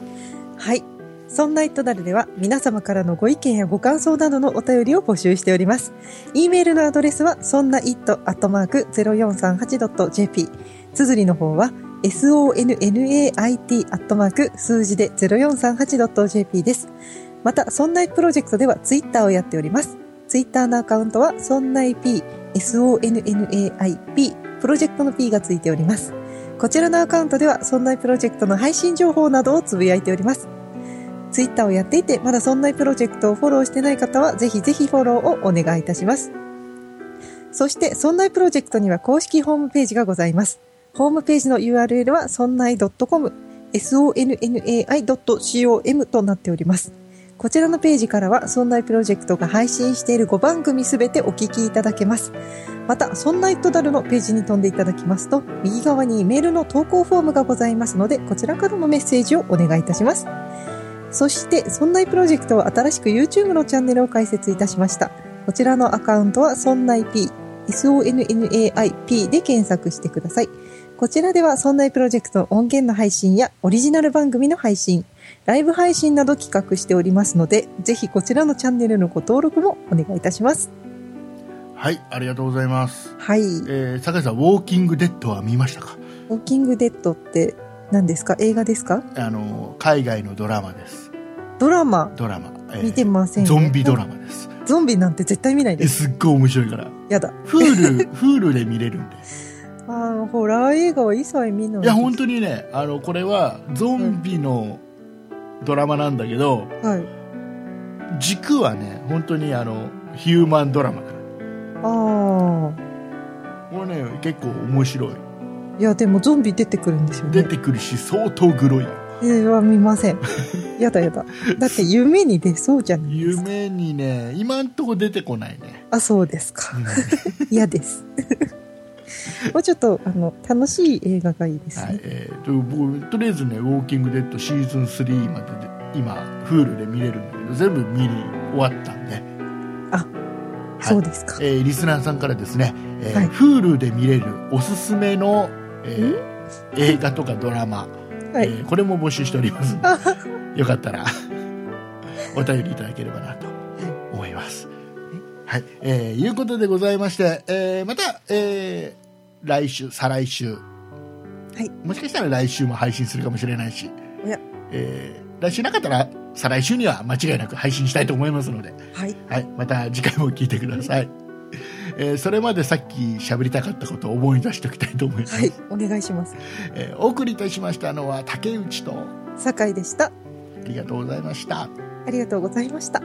C: はい。そんな糸だるでは皆様からのご意見やご感想などのお便りを募集しております。e メールのアドレスはそんな it.0438.jp。綴りの方は sonnait アットマーク数字で 0438.jp です。また、そんないプロジェクトではツイッターをやっております。ツイッターのアカウントは、そんない p、sonnaip、プロジェクトの p がついております。こちらのアカウントでは、そんないプロジェクトの配信情報などをつぶやいております。ツイッターをやっていて、まだそんないプロジェクトをフォローしてない方は、ぜひぜひフォローをお願いいたします。そして、そんないプロジェクトには公式ホームページがございます。ホームページの URL は、そんない .com、sonnai.com となっております。こちらのページからは、そんないプロジェクトが配信している5番組すべてお聞きいただけます。また、そんないトダルのページに飛んでいただきますと、右側にメールの投稿フォームがございますので、こちらからもメッセージをお願いいたします。そして、そんないプロジェクトは新しく YouTube のチャンネルを開設いたしました。こちらのアカウントは、そんない P、sonnaip で検索してください。こちらでは、そんないプロジェクトの音源の配信や、オリジナル番組の配信、ライブ配信など企画しておりますので、ぜひこちらのチャンネルのご登録もお願いいたします。
B: はいありがとうございます、
C: はい。ウ
B: えー、酒井さん「ウォーキング・デッド」は見ましたか
C: ォーキングデッドって何ですか映画ですか
B: あの海外のドラマです
C: ドラマ
B: ドラマ、えー
C: 見てません、ね
B: ゾンビドラマです、
C: ゾンビなんて絶対見ないです。
B: すっごい面白いから
C: やだ。
B: Hulu Hulu で見れるんで
C: あの、ホラー映画は一切見ない。
B: いや本当にねあのこれはゾンビのドラマなんだけど
C: はい。
B: 軸はね本当にあのヒューマンドラマだか
C: あ
B: らこれね結構面白い
C: あ。いや、でもゾンビ出てくるんですよね。
B: 出てくるし相当グロい
C: いや見 ません。やだやだ。だって夢に出そうじゃないですか。
B: 夢にね今んとこ出てこないね、
C: あ、そうですか。
B: うん
C: 嫌です。 もうちょっとあの楽しい映画がいいですね。
B: はいえーと僕とりあえずね「ウォーキング・デッド」シーズン3までで今 Hulu で見れるんだけど全部見に終わったんで、い
C: そうですか。
B: えーリスナーさんからですね、えー
C: はい
B: Hulu で見れるおすすめの、えー映画とかドラマ、
C: はい
B: えーこれも募集しており ますのでよかったらお便りいただければなと思います。はい、えーいうことでございまして、えーまた、えー来週再来週、
C: い
B: もしかしたら来週も配信するかもしれないし
C: おや、
B: えー来週なかったら再来週には間違いなく配信したいと思いますので。
C: はい。
B: はい、また次回も聞いてください。えーそれまでさっき喋りたかったことを思い出しておきたいと思います。
C: はい。お願いします。
B: えーお送りいたしましたのは竹内と
C: 酒井でした。
B: ありがとうございました。
C: ありがとうございました。